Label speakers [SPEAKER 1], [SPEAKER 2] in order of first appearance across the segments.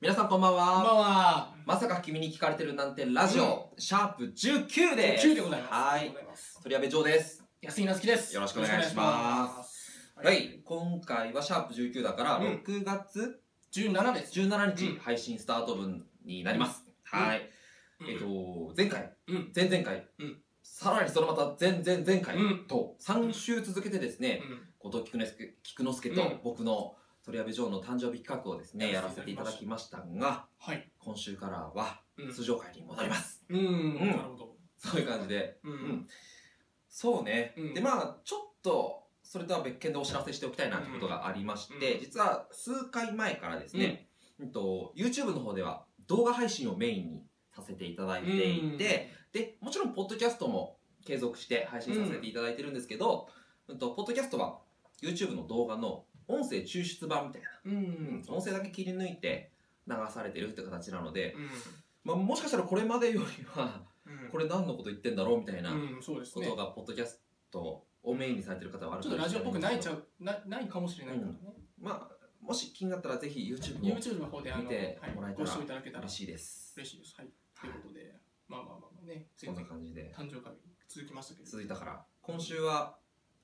[SPEAKER 1] 皆さんこんばんは。
[SPEAKER 2] こんばんは。
[SPEAKER 1] まさか君に聞かれてるなんてラジオ、シャープ19で
[SPEAKER 2] 九でございます。
[SPEAKER 1] は
[SPEAKER 2] あり
[SPEAKER 1] い
[SPEAKER 2] がとう。ございます
[SPEAKER 1] 鳥矢部城です。
[SPEAKER 2] 安井なつきです。。
[SPEAKER 1] よろしくお願いしますは。い。今回はシャープ19だから、
[SPEAKER 2] うん
[SPEAKER 1] 6月
[SPEAKER 2] 十七です。
[SPEAKER 1] 17
[SPEAKER 2] うん
[SPEAKER 1] 日配信スタート分になります。はい。えっと、前回、
[SPEAKER 2] うん
[SPEAKER 1] 前々回、
[SPEAKER 2] うん
[SPEAKER 1] さらにそのまた前々前回
[SPEAKER 2] うん
[SPEAKER 1] と、3週続けてですね、
[SPEAKER 2] うん
[SPEAKER 1] 後藤菊之助菊之助と
[SPEAKER 2] うん
[SPEAKER 1] 僕の鳥矢部城の誕生日企画をですね、
[SPEAKER 2] や
[SPEAKER 1] や
[SPEAKER 2] ら
[SPEAKER 1] ら
[SPEAKER 2] せ
[SPEAKER 1] せ
[SPEAKER 2] て
[SPEAKER 1] て
[SPEAKER 2] い
[SPEAKER 1] い
[SPEAKER 2] た
[SPEAKER 1] た
[SPEAKER 2] だ
[SPEAKER 1] だ
[SPEAKER 2] き
[SPEAKER 1] きましたが、
[SPEAKER 2] はい。
[SPEAKER 1] 今週からは
[SPEAKER 2] うん
[SPEAKER 1] 通常回に戻ります。
[SPEAKER 2] うん。
[SPEAKER 1] うん
[SPEAKER 2] なるほど。
[SPEAKER 1] そういう感じで。
[SPEAKER 2] う
[SPEAKER 1] うんん。そうね。
[SPEAKER 2] うん
[SPEAKER 1] で、まあ、ちょっと、それとは別件でお知らせしておきたいなってことがありまして、
[SPEAKER 2] うん
[SPEAKER 1] 実は数回前からですね、うんと、YouTube の方では動画配信をメインにさせていただいていて、で、もちろん、ポッドキャストも継続して配信させていただいてるんですけど、うんと、ポッドキャストは YouTube の動画の音声抽出版みたいな、
[SPEAKER 2] うん、う
[SPEAKER 1] うんん、音声だけ切り抜いて流されてるって形なので、
[SPEAKER 2] うん。
[SPEAKER 1] まあ、もしかしたらこれまでよりは、
[SPEAKER 2] うん。
[SPEAKER 1] これ何のこと言ってんだろうみたいな
[SPEAKER 2] うん、そうです
[SPEAKER 1] こ
[SPEAKER 2] ね。
[SPEAKER 1] とがポッドキャストをメインにされてる方はある
[SPEAKER 2] ちょっとラジオっぽくないちゃ
[SPEAKER 1] う
[SPEAKER 2] う、な、ないかもしれないからね。
[SPEAKER 1] まあもし気になったらぜひ YouTube も
[SPEAKER 2] YouTube の方であの、
[SPEAKER 1] 見て
[SPEAKER 2] はい
[SPEAKER 1] もらえた
[SPEAKER 2] ご
[SPEAKER 1] ら
[SPEAKER 2] 視聴いただけたら
[SPEAKER 1] 嬉し
[SPEAKER 2] 嬉
[SPEAKER 1] いです
[SPEAKER 2] しいです。はい。ということで、まあまあまあまあね、
[SPEAKER 1] そ
[SPEAKER 2] 全
[SPEAKER 1] んな
[SPEAKER 2] 然
[SPEAKER 1] 感じで
[SPEAKER 2] 誕生会続きましたけど。
[SPEAKER 1] 続いたから今週は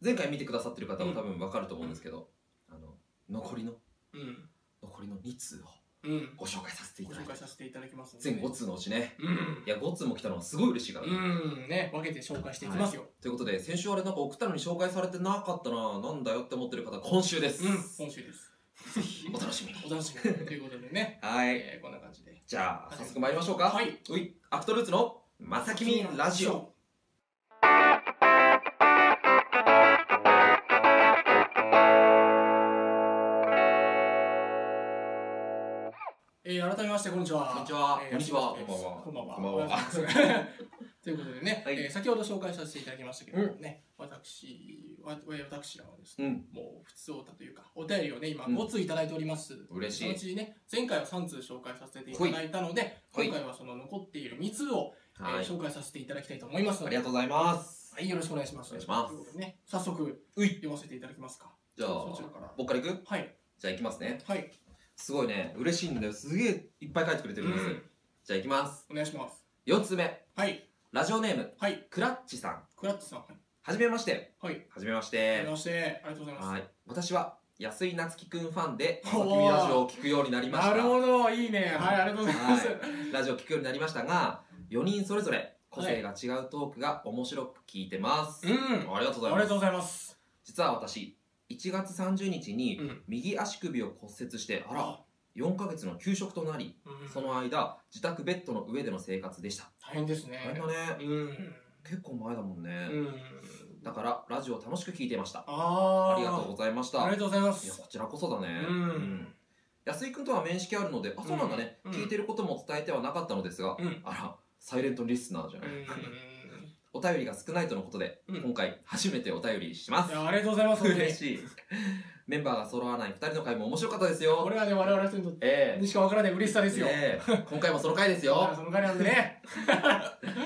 [SPEAKER 1] 前回見てくださってる方も多分わかると思うんですけど、あの残りの
[SPEAKER 2] うん。
[SPEAKER 1] 残りの2通を
[SPEAKER 2] うん。
[SPEAKER 1] ご紹介させてい
[SPEAKER 2] ご
[SPEAKER 1] ただい
[SPEAKER 2] 紹
[SPEAKER 1] て
[SPEAKER 2] 介させていただきますので
[SPEAKER 1] 全5通のうちね
[SPEAKER 2] うん
[SPEAKER 1] い。や5通も来たのはすごい嬉しいから、ね
[SPEAKER 2] うん。ね、分けて紹介していきますよ。
[SPEAKER 1] ということで先週あれなんか送ったのに紹介されてなかったななんだよって思ってる方今週です、
[SPEAKER 2] うん、今週です。
[SPEAKER 1] ぜひお楽しみに、
[SPEAKER 2] お楽しみにということでね
[SPEAKER 1] はい
[SPEAKER 2] えー、こんな感じで。
[SPEAKER 1] じゃあ早速参りましょうか
[SPEAKER 2] い。
[SPEAKER 1] うい、アクトルーツのまさきみラジオ。。
[SPEAKER 2] えー、改めましてこんにちは。
[SPEAKER 1] こんにちは
[SPEAKER 2] えー
[SPEAKER 1] こんにちは
[SPEAKER 2] 安井です
[SPEAKER 1] こ
[SPEAKER 2] こ
[SPEAKER 1] ん
[SPEAKER 2] ん
[SPEAKER 1] ば
[SPEAKER 2] ば
[SPEAKER 1] んはこ
[SPEAKER 2] んは。
[SPEAKER 1] んばんは
[SPEAKER 2] おはようございます ということでね、
[SPEAKER 1] はい
[SPEAKER 2] えー先ほど紹介させていただきましたけどね、私わ私らはですね、
[SPEAKER 1] うん。
[SPEAKER 2] もう普通おたというかお便りをね今
[SPEAKER 1] うん
[SPEAKER 2] 5通いただいております。
[SPEAKER 1] 嬉しい
[SPEAKER 2] そのうちね前回は3通紹介させていただいたので、
[SPEAKER 1] ほい
[SPEAKER 2] 今回はその残っている2通を、えー
[SPEAKER 1] はい。
[SPEAKER 2] 紹介させていただきたいと思います
[SPEAKER 1] あ
[SPEAKER 2] の
[SPEAKER 1] り
[SPEAKER 2] で
[SPEAKER 1] が、とうございます。
[SPEAKER 2] はい、よろしくお願いします。
[SPEAKER 1] お願いします
[SPEAKER 2] ということでね、早速、
[SPEAKER 1] うい
[SPEAKER 2] 読ませていただきますか。
[SPEAKER 1] じゃあ
[SPEAKER 2] そちらから。
[SPEAKER 1] 僕から行く
[SPEAKER 2] はい。
[SPEAKER 1] じゃあ行きますね。
[SPEAKER 2] はい。
[SPEAKER 1] すごいね。嬉しいんだよ。すげえいっぱい書いてくれてるんです。
[SPEAKER 2] うん
[SPEAKER 1] じゃあ行きます。
[SPEAKER 2] お願いします。
[SPEAKER 1] 4つ目。
[SPEAKER 2] はい。
[SPEAKER 1] ラジオネーム、
[SPEAKER 2] はい。
[SPEAKER 1] クラッチさん。
[SPEAKER 2] クラッチさん。はい。
[SPEAKER 1] はじめまして。
[SPEAKER 2] はい。
[SPEAKER 1] はじめまし
[SPEAKER 2] はじめ
[SPEAKER 1] て。
[SPEAKER 2] まして。ありがとうございます。
[SPEAKER 1] はい。私は安井夏樹くんファンで、ま
[SPEAKER 2] おー
[SPEAKER 1] さきみラジオを聞くようになりまし
[SPEAKER 2] なる
[SPEAKER 1] た。
[SPEAKER 2] ほど。いいね。はい。ありがとうございます。
[SPEAKER 1] はラジオ聞くようになりましたが、4人それぞれ個性が違うトークが面白く聞いてます。
[SPEAKER 2] うん。
[SPEAKER 1] ありがとうござい
[SPEAKER 2] あり
[SPEAKER 1] ま
[SPEAKER 2] が
[SPEAKER 1] す
[SPEAKER 2] とう。ございます。
[SPEAKER 1] 実は私1月30日に
[SPEAKER 2] うん
[SPEAKER 1] 右足首を骨折してあら4ヶ月の休職となり
[SPEAKER 2] うん
[SPEAKER 1] その間自宅ベッドの上での生活でした
[SPEAKER 2] 大変ですね。
[SPEAKER 1] 大変だね
[SPEAKER 2] うん。
[SPEAKER 1] 結構前だもんね
[SPEAKER 2] うん。
[SPEAKER 1] だからラジオ楽しく聞いていました
[SPEAKER 2] あー
[SPEAKER 1] ありがとうございました
[SPEAKER 2] ありがとうございま
[SPEAKER 1] いや
[SPEAKER 2] す。
[SPEAKER 1] こちらこそだねう
[SPEAKER 2] う
[SPEAKER 1] んん安井君とは面識あるのであそうなんだね
[SPEAKER 2] うん
[SPEAKER 1] 聞いてることも伝えてはなかったのですが
[SPEAKER 2] うん。
[SPEAKER 1] あらサイレントリスナーじゃな
[SPEAKER 2] う
[SPEAKER 1] い
[SPEAKER 2] ん。
[SPEAKER 1] お便りが少ないとのことで
[SPEAKER 2] うん
[SPEAKER 1] 今回初めてお便りしま
[SPEAKER 2] い
[SPEAKER 1] す
[SPEAKER 2] や、ありがとうございます。
[SPEAKER 1] 嬉しい メンバーが揃わない2人の回も面白かったですよ
[SPEAKER 2] これはね、我々の人にとっ
[SPEAKER 1] え
[SPEAKER 2] て
[SPEAKER 1] え
[SPEAKER 2] にしかわからない嬉しさですよ。
[SPEAKER 1] ねえ今回もその回です
[SPEAKER 2] だから
[SPEAKER 1] よ
[SPEAKER 2] その代わりなんでね。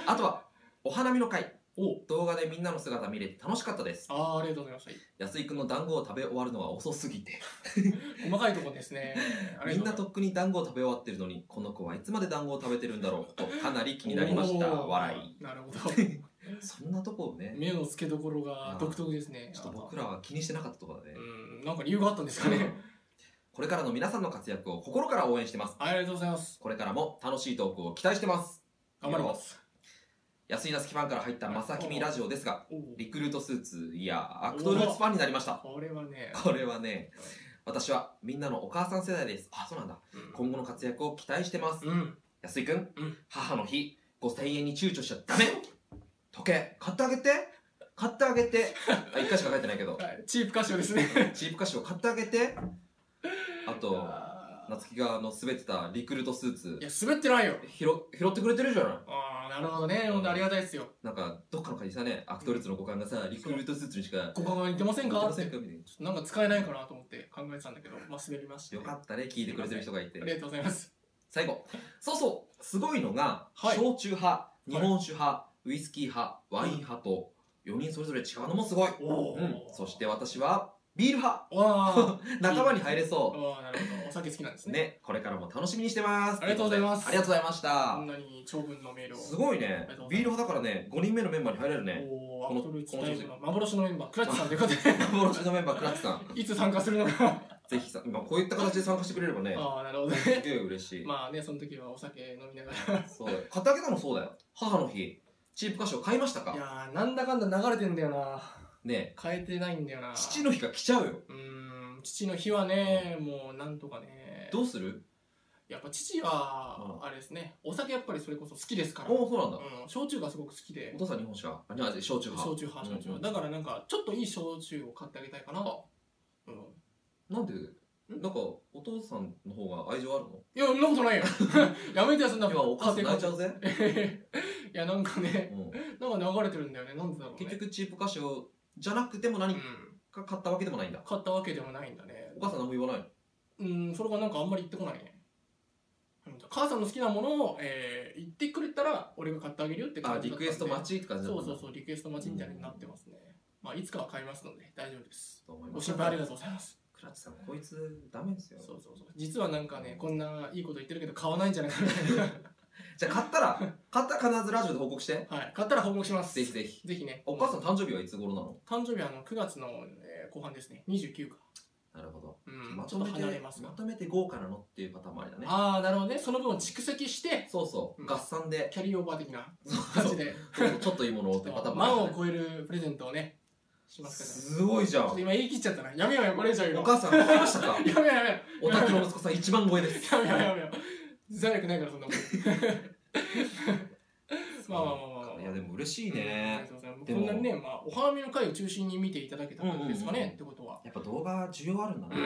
[SPEAKER 1] あとはお花見の回
[SPEAKER 2] お
[SPEAKER 1] 動画でみんなの姿見れて楽しかったです
[SPEAKER 2] あーありがとうございます。
[SPEAKER 1] 安井くんの団子を食べ終わるのは遅すぎて
[SPEAKER 2] 細かいとこですね。あ り
[SPEAKER 1] みん
[SPEAKER 2] が
[SPEAKER 1] な
[SPEAKER 2] と
[SPEAKER 1] と
[SPEAKER 2] う
[SPEAKER 1] っくに団子を食べ終わってるのにこの子はいつまで団子を食べてるんだろうとかなり気になりました
[SPEAKER 2] おー
[SPEAKER 1] 笑
[SPEAKER 2] なるほど。
[SPEAKER 1] いそんなとこをね
[SPEAKER 2] 目の付けどころが独特ですね。
[SPEAKER 1] ちょっと僕らは気にしてなかったところだね
[SPEAKER 2] うん、なんか理由があったんですかね。
[SPEAKER 1] これからの皆さんの活躍を心から応援してます
[SPEAKER 2] ありがとうございます。
[SPEAKER 1] これからも楽しいトークを期待してます
[SPEAKER 2] 頑張ります。
[SPEAKER 1] 安井なすきファンから入ったまさきみラジオですが
[SPEAKER 2] おー
[SPEAKER 1] リクルートスーツいやアクトルーツファンになりました
[SPEAKER 2] これはね、
[SPEAKER 1] これはね、私はみんなのお母さん世代です。あ、そうなんだ。
[SPEAKER 2] うん
[SPEAKER 1] 今後の活躍を期待してます。
[SPEAKER 2] うん、
[SPEAKER 1] 安井くん、
[SPEAKER 2] うん
[SPEAKER 1] 母の日、5000円に躊躇しちゃダメ時計、買ってあげて買ってあげ てあ、1回しか書いてないけど。
[SPEAKER 2] はいチープ歌手ですね。
[SPEAKER 1] チープ歌手を買ってあげてあと、
[SPEAKER 2] あー
[SPEAKER 1] 夏希があの滑ってたリクルートスーツ
[SPEAKER 2] いや、滑ってないよ。
[SPEAKER 1] 拾、拾ってくれてるじゃない
[SPEAKER 2] ああ、なるほどね。本当ありがたいですよ。
[SPEAKER 1] なんか、どっかの会社ね、アクトルーツの五感がさ、リクルートスーツにしか
[SPEAKER 2] ご考えに出ません
[SPEAKER 1] 似て
[SPEAKER 2] か
[SPEAKER 1] ませんかみたいな
[SPEAKER 2] なんか使えないかなと思って考えてたんだけど、まあ滑りました、
[SPEAKER 1] よかったね、聞いてくれてる人がいて
[SPEAKER 2] あ。りがとうご ざいます。
[SPEAKER 1] 最後そうそうすごいのが、
[SPEAKER 2] はい
[SPEAKER 1] 焼酎派日本酒派、ウイスキー派ワイン派と4人それぞれ違うのもすごい、
[SPEAKER 2] お
[SPEAKER 1] うん、そして私はビール派
[SPEAKER 2] わあ
[SPEAKER 1] 仲間に入れそう
[SPEAKER 2] わあなるほどお酒好きなんですね
[SPEAKER 1] ねこれからも楽しみにしてます
[SPEAKER 2] ありがとうございます
[SPEAKER 1] ありがとうございまし
[SPEAKER 2] こ
[SPEAKER 1] た
[SPEAKER 2] んなに長文のメールを
[SPEAKER 1] すごいね
[SPEAKER 2] ありがとうございます
[SPEAKER 1] ビール派だからね5人目のメンバーに入れるね
[SPEAKER 2] お
[SPEAKER 1] こ
[SPEAKER 2] ーア
[SPEAKER 1] の
[SPEAKER 2] ウトルーツ大の幻のメンバークラッチさんということで
[SPEAKER 1] 幻のメンバークラッチさ ん
[SPEAKER 2] いつ参加するのか
[SPEAKER 1] ぜひさ、まあ、こういった形で参加してくれればね
[SPEAKER 2] ああなるほど
[SPEAKER 1] す
[SPEAKER 2] ね
[SPEAKER 1] げえ嬉しい、
[SPEAKER 2] まあねその時はお酒飲みながら
[SPEAKER 1] そうだよ買ってあげたのそうだよ母の日チープ歌手を買いました
[SPEAKER 2] い
[SPEAKER 1] か
[SPEAKER 2] やーなんだかんだ流れてんだよな
[SPEAKER 1] ね
[SPEAKER 2] 変えてないんだよな
[SPEAKER 1] 父の日が来ちゃうよ
[SPEAKER 2] うーん父の日はねもうなんとかね
[SPEAKER 1] どうする
[SPEAKER 2] やっぱ父はあれですねお酒やっぱりそれこそ好きですから、
[SPEAKER 1] おおそうなんだ、
[SPEAKER 2] うん、焼酎がすごく好きで
[SPEAKER 1] お父さん日本酒はあ違う焼酎派
[SPEAKER 2] 焼酎派焼酎
[SPEAKER 1] うんうん
[SPEAKER 2] 派だからなんかちょっといい焼酎を買ってあげたいかなうん
[SPEAKER 1] なんでなんかお父さんの方が愛情あるの
[SPEAKER 2] いやそんなことないよ やめてよそんな
[SPEAKER 1] 今お母さん泣いちゃ
[SPEAKER 2] 勝
[SPEAKER 1] うぜ、
[SPEAKER 2] 手に いやなんかね
[SPEAKER 1] う
[SPEAKER 2] なんか流れてるんだよねなんでだろ
[SPEAKER 1] ん、
[SPEAKER 2] うね
[SPEAKER 1] 結局チープ歌手をじゃなくても何
[SPEAKER 2] うん、
[SPEAKER 1] か買ったわけでもないんだ
[SPEAKER 2] 買ったわけでもないんだね
[SPEAKER 1] お母さん何も言わないの
[SPEAKER 2] うんそれがなんかあんまり言ってこないねうん母さんの好きなものを、えー言ってくれたら俺が買ってあげるよって
[SPEAKER 1] あ
[SPEAKER 2] 感
[SPEAKER 1] リ
[SPEAKER 2] じだったん
[SPEAKER 1] ク
[SPEAKER 2] で
[SPEAKER 1] エスト待ちって感じだっ
[SPEAKER 2] そ
[SPEAKER 1] た
[SPEAKER 2] う
[SPEAKER 1] だ
[SPEAKER 2] んそうそうリクエスト待ちみたいになってますね、まあいつかは買いますので大丈夫です
[SPEAKER 1] と思い
[SPEAKER 2] ご
[SPEAKER 1] ます
[SPEAKER 2] 心配ありがとうございます
[SPEAKER 1] クラッチさんこいつダメですよ
[SPEAKER 2] そうそうそう実はなんかねこんないいこと言ってるけど買わないんじゃないかみた い
[SPEAKER 1] じゃあ買ったら買ったら必ずラジオで報告して
[SPEAKER 2] なはい買ったら報告します
[SPEAKER 1] ぜひぜひ
[SPEAKER 2] ぜひね
[SPEAKER 1] お母さん誕生日はいつ頃なの
[SPEAKER 2] 誕生日はあの9月の、えー後半ですね29か
[SPEAKER 1] なるほど
[SPEAKER 2] うん
[SPEAKER 1] ま
[SPEAKER 2] ち
[SPEAKER 1] と
[SPEAKER 2] ょっと
[SPEAKER 1] めて
[SPEAKER 2] 離れます
[SPEAKER 1] ま
[SPEAKER 2] が
[SPEAKER 1] とめて豪華なのっていうパターンもありだね
[SPEAKER 2] ああなるほどねその分蓄積して
[SPEAKER 1] そうそう
[SPEAKER 2] うん
[SPEAKER 1] 合算で
[SPEAKER 2] キャリーオーバー的な
[SPEAKER 1] そう
[SPEAKER 2] 感
[SPEAKER 1] そ
[SPEAKER 2] じ
[SPEAKER 1] う
[SPEAKER 2] で
[SPEAKER 1] ちょっといいものをってパターンもあり
[SPEAKER 2] 万を
[SPEAKER 1] だね
[SPEAKER 2] 超えるプレゼントをねしますか
[SPEAKER 1] す
[SPEAKER 2] ら
[SPEAKER 1] ごいじゃ
[SPEAKER 2] ちょっと
[SPEAKER 1] ん
[SPEAKER 2] 今言い切っちゃったなやめようよこれ以上言う
[SPEAKER 1] お
[SPEAKER 2] の
[SPEAKER 1] 母さん買いました か
[SPEAKER 2] やめようやめよう
[SPEAKER 1] お宅の息子さん一番超えです
[SPEAKER 2] やめようやめよう財力ないからそんなもんまあまあまあまあまあ
[SPEAKER 1] いやでも嬉しい
[SPEAKER 2] ありが
[SPEAKER 1] ね
[SPEAKER 2] とうございます
[SPEAKER 1] でも
[SPEAKER 2] こんなにね、まあ、お花見の会を中心に見ていただけたんですかね、
[SPEAKER 1] うんうんうん
[SPEAKER 2] ってことは、
[SPEAKER 1] やっぱ動画需要あるんだな
[SPEAKER 2] うん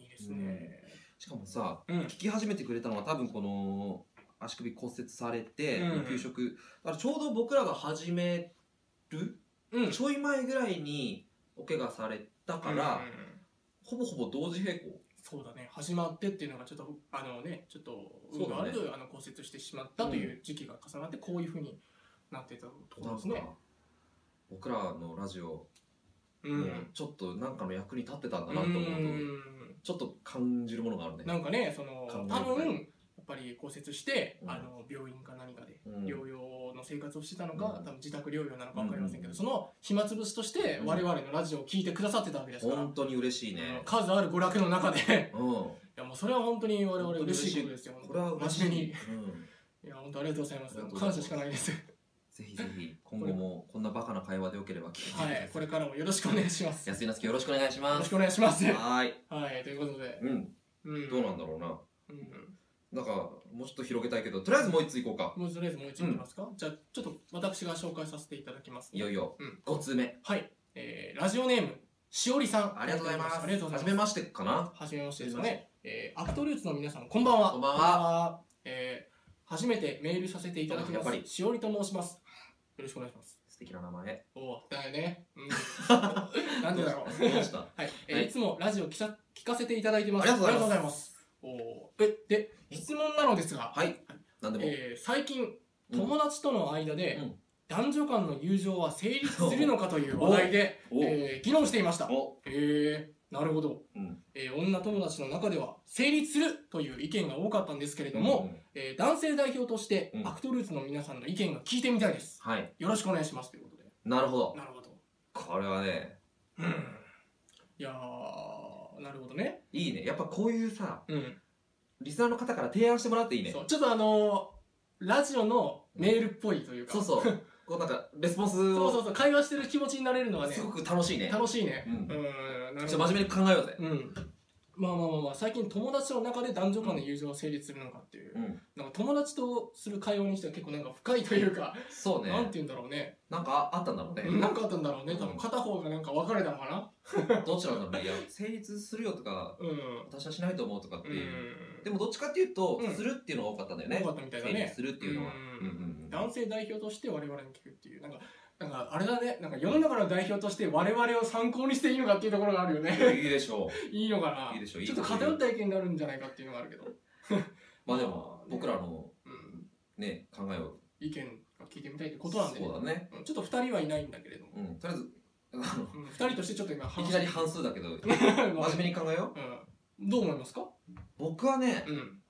[SPEAKER 2] いいですね
[SPEAKER 1] しかもさ
[SPEAKER 2] うん、
[SPEAKER 1] 聞き始めてくれたのは多分この足首骨折されて
[SPEAKER 2] うん
[SPEAKER 1] 給食だからちょうど僕らが始める
[SPEAKER 2] うん、
[SPEAKER 1] ちょい前ぐらいにお怪我されたから
[SPEAKER 2] うんうんうん
[SPEAKER 1] ほぼほぼ同時並行
[SPEAKER 2] そうだね始まってっていうのがちょっとあのねちょっと運があると、
[SPEAKER 1] そ
[SPEAKER 2] あの骨折してしまったという時期が重なってこういうふうになってたところです
[SPEAKER 1] なん
[SPEAKER 2] ね
[SPEAKER 1] か僕らのラジオ
[SPEAKER 2] う
[SPEAKER 1] も
[SPEAKER 2] ん、
[SPEAKER 1] ちょっとなんかの役に立ってたんだ
[SPEAKER 2] う
[SPEAKER 1] なと思うと
[SPEAKER 2] ん、
[SPEAKER 1] ちょっと感じるものがあるね
[SPEAKER 2] なんかねその
[SPEAKER 1] 考え
[SPEAKER 2] 多
[SPEAKER 1] たい
[SPEAKER 2] 分やっぱり骨折して、
[SPEAKER 1] うん
[SPEAKER 2] あの病院か何かで
[SPEAKER 1] うん
[SPEAKER 2] 療養の生活をしてたのか、
[SPEAKER 1] うん
[SPEAKER 2] 多分自宅療養なのか分かりませんけど、
[SPEAKER 1] うん
[SPEAKER 2] その暇つぶしとして我々のラジオを聞いてくださってたわけですから、
[SPEAKER 1] 本当に嬉しいね
[SPEAKER 2] 数ある娯楽の中で
[SPEAKER 1] うん
[SPEAKER 2] いやもうそれは本当に我々嬉しいことですよ
[SPEAKER 1] これは嬉し
[SPEAKER 2] 真面目
[SPEAKER 1] い
[SPEAKER 2] に
[SPEAKER 1] うん
[SPEAKER 2] いや本当ありがとうございます
[SPEAKER 1] ありがとうございま
[SPEAKER 2] 感
[SPEAKER 1] す
[SPEAKER 2] 謝しかないです
[SPEAKER 1] ぜひぜひ今後もこんなバカな会話でよければ聞いて
[SPEAKER 2] は
[SPEAKER 1] くださ
[SPEAKER 2] いこれからもよろしくお願いしますよ
[SPEAKER 1] 安井なつきよろしくお願いしま
[SPEAKER 2] ろし
[SPEAKER 1] す
[SPEAKER 2] くお願いしますは
[SPEAKER 1] はーい
[SPEAKER 2] いということで、
[SPEAKER 1] うん
[SPEAKER 2] うん、
[SPEAKER 1] どうなんだろうな
[SPEAKER 2] うん
[SPEAKER 1] なんかもうちょっと広げたいけどとりあえずもう一ついこうか
[SPEAKER 2] もうとりあえずもう一度いきますか、じゃあちょっと私が紹介させていただきますね
[SPEAKER 1] いよいよ
[SPEAKER 2] うん
[SPEAKER 1] 5通目
[SPEAKER 2] はい、えーラジオネームしおりさん
[SPEAKER 1] ありがとうございます
[SPEAKER 2] ありがとうござ
[SPEAKER 1] はいじ
[SPEAKER 2] ます
[SPEAKER 1] めましてかな
[SPEAKER 2] はじめましてですよね。えー、アクトルーツの皆さん、こんばんは。
[SPEAKER 1] こんばんは
[SPEAKER 2] えー初めてメールさせていただき
[SPEAKER 1] やっ
[SPEAKER 2] ま
[SPEAKER 1] ぱ
[SPEAKER 2] す
[SPEAKER 1] り。
[SPEAKER 2] しおりと申します。よろしくお願いします。
[SPEAKER 1] 素敵な名前
[SPEAKER 2] おお、だよね。 うん。なんでだろう。
[SPEAKER 1] どうしたあ
[SPEAKER 2] はい、えー
[SPEAKER 1] はい
[SPEAKER 2] い、つもラジオ聞か聞かせていただいてます。
[SPEAKER 1] りがとうございます
[SPEAKER 2] ありがとうございます。おお、え、で、質問なのですが、
[SPEAKER 1] はいなんでも
[SPEAKER 2] えー最近、
[SPEAKER 1] うん
[SPEAKER 2] 友達との間で、
[SPEAKER 1] うん
[SPEAKER 2] 男女間の友情は成立するのかという話題で、
[SPEAKER 1] お
[SPEAKER 2] えー議論していました。
[SPEAKER 1] お
[SPEAKER 2] へえなるほど、
[SPEAKER 1] うん
[SPEAKER 2] えー女友達の中では成立するという意見が多かったんですけれども、
[SPEAKER 1] うん
[SPEAKER 2] えー男性代表として
[SPEAKER 1] うん
[SPEAKER 2] アクトルーツの皆さんの意見が聞いてみたいです
[SPEAKER 1] はい
[SPEAKER 2] よろしくお願いしますということで
[SPEAKER 1] なるほど
[SPEAKER 2] なるほど
[SPEAKER 1] これはね
[SPEAKER 2] うんいやーなるほどね
[SPEAKER 1] いいねやっぱこういうさ
[SPEAKER 2] うん
[SPEAKER 1] リスナーの方から提案してもらっていいね
[SPEAKER 2] そうちょっとあのーラジオのメールっぽいというか、
[SPEAKER 1] そうそう こうなんかレスポンス
[SPEAKER 2] そうそう
[SPEAKER 1] を
[SPEAKER 2] そう会話してる気持ちになれるのがね
[SPEAKER 1] すごく楽しいね
[SPEAKER 2] 楽しいね
[SPEAKER 1] う
[SPEAKER 2] うん
[SPEAKER 1] ん
[SPEAKER 2] んなるほど
[SPEAKER 1] ちょっと真面目に考えようぜ
[SPEAKER 2] うんまあまあまあまあ最近友達の中で男女間の友情は成立するのかっていう
[SPEAKER 1] うん
[SPEAKER 2] なんか友達とする会話にしては結構なんか深いというか、
[SPEAKER 1] そう
[SPEAKER 2] なんて
[SPEAKER 1] ね
[SPEAKER 2] 言うんだろうね。
[SPEAKER 1] なんかあったんだろうね
[SPEAKER 2] なんかあったんだろうね。多
[SPEAKER 1] う
[SPEAKER 2] 分
[SPEAKER 1] ん
[SPEAKER 2] 片方がなんか別れたのか
[SPEAKER 1] どっちなん だろうねいや成立するよとか
[SPEAKER 2] なうん。
[SPEAKER 1] 私はしないと思うとかって
[SPEAKER 2] う。
[SPEAKER 1] いうんでもどっちかっていうと
[SPEAKER 2] うん
[SPEAKER 1] するっていうのが多かったんだよね
[SPEAKER 2] 多かったみたいだ
[SPEAKER 1] 成立
[SPEAKER 2] ね。
[SPEAKER 1] するっていうのは
[SPEAKER 2] うん
[SPEAKER 1] うんうんうん
[SPEAKER 2] 男性代表として我々に聞くっていう、なんか、なんかあれだね、なんか世の中の代表として我々を参考にしていいのかっていうところがあるよ
[SPEAKER 1] いや
[SPEAKER 2] ね。
[SPEAKER 1] いいでしょう
[SPEAKER 2] いいのかない
[SPEAKER 1] いでしょういい
[SPEAKER 2] ちょ
[SPEAKER 1] で
[SPEAKER 2] っ
[SPEAKER 1] しょ
[SPEAKER 2] と
[SPEAKER 1] う
[SPEAKER 2] 偏った意見になるんじゃないかっていうのがあるけど。
[SPEAKER 1] まあでも僕らの
[SPEAKER 2] うん。
[SPEAKER 1] ね考えを
[SPEAKER 2] 意見が聞いてみたいってことなんで
[SPEAKER 1] そうだね
[SPEAKER 2] うんちょっと二人はいないんだけれども。
[SPEAKER 1] うんとりあえずあの
[SPEAKER 2] うん、2人としてちょっと今
[SPEAKER 1] い
[SPEAKER 2] 話
[SPEAKER 1] きなり 半数だけど、真面目に考えよう。
[SPEAKER 2] うん、どう思いますか、
[SPEAKER 1] 僕はね、
[SPEAKER 2] うん、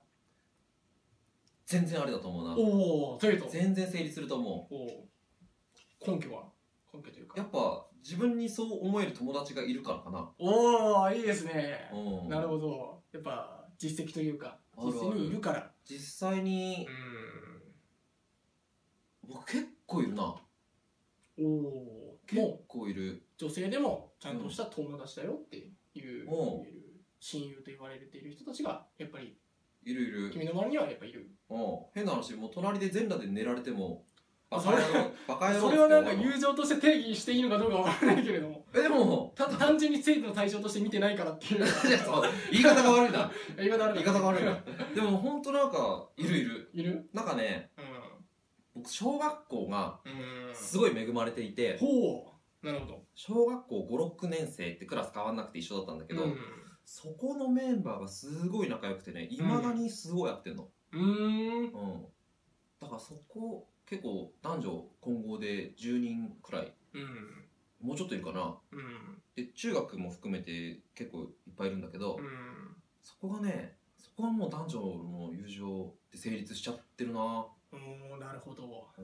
[SPEAKER 1] 全然あれだと思う
[SPEAKER 2] おおというと
[SPEAKER 1] な。全然成立すると思
[SPEAKER 2] おー根拠は根拠という
[SPEAKER 1] う。や
[SPEAKER 2] か
[SPEAKER 1] っぱ、自分にそう思える友達がいるからかな。
[SPEAKER 2] おおいいですね
[SPEAKER 1] うん。
[SPEAKER 2] なるほどやっぱ実績というか
[SPEAKER 1] あるある
[SPEAKER 2] 実績にいるから
[SPEAKER 1] 実際に、僕結構いるな。
[SPEAKER 2] うんおお
[SPEAKER 1] 結
[SPEAKER 2] もう
[SPEAKER 1] 構いる。
[SPEAKER 2] 女性でもちゃんとした友達だよっていう、
[SPEAKER 1] うん
[SPEAKER 2] いる親友と言われている人たちがやっぱり
[SPEAKER 1] いるいる。
[SPEAKER 2] 君の周りにはやっぱいる
[SPEAKER 1] うん、変な話もう隣で全裸で寝られても
[SPEAKER 2] あ
[SPEAKER 1] バカ野
[SPEAKER 2] それ
[SPEAKER 1] 郎バカ野郎
[SPEAKER 2] それはなんか
[SPEAKER 1] って思う
[SPEAKER 2] 友情として定義していいのかどうかわからないけれども
[SPEAKER 1] えでも
[SPEAKER 2] た単純に生徒の対象として見てないからって い
[SPEAKER 1] い
[SPEAKER 2] う
[SPEAKER 1] やそう言い方が悪い な
[SPEAKER 2] 言い方ある
[SPEAKER 1] 言い方が悪い なでも本当なんかいるいる
[SPEAKER 2] いる
[SPEAKER 1] なんかね
[SPEAKER 2] う
[SPEAKER 1] 僕小学校が
[SPEAKER 2] んうん
[SPEAKER 1] すごい恵まれていて
[SPEAKER 2] ほうなるほど
[SPEAKER 1] 小学校56年生ってクラス変わんなくて一緒だったんだけど、
[SPEAKER 2] うん
[SPEAKER 1] そこのメンバーがすごい仲良くてねいまだにすごいやってんの、
[SPEAKER 2] うーん
[SPEAKER 1] うん、だからそこ結構男女混合で10人くらい
[SPEAKER 2] うん
[SPEAKER 1] もうちょっといるかな
[SPEAKER 2] うん
[SPEAKER 1] で中学も含めて結構いっぱいいるんだけど、
[SPEAKER 2] うん
[SPEAKER 1] そこがねそこはもう男女の友情で成立しちゃってるな、
[SPEAKER 2] おーなるほど
[SPEAKER 1] う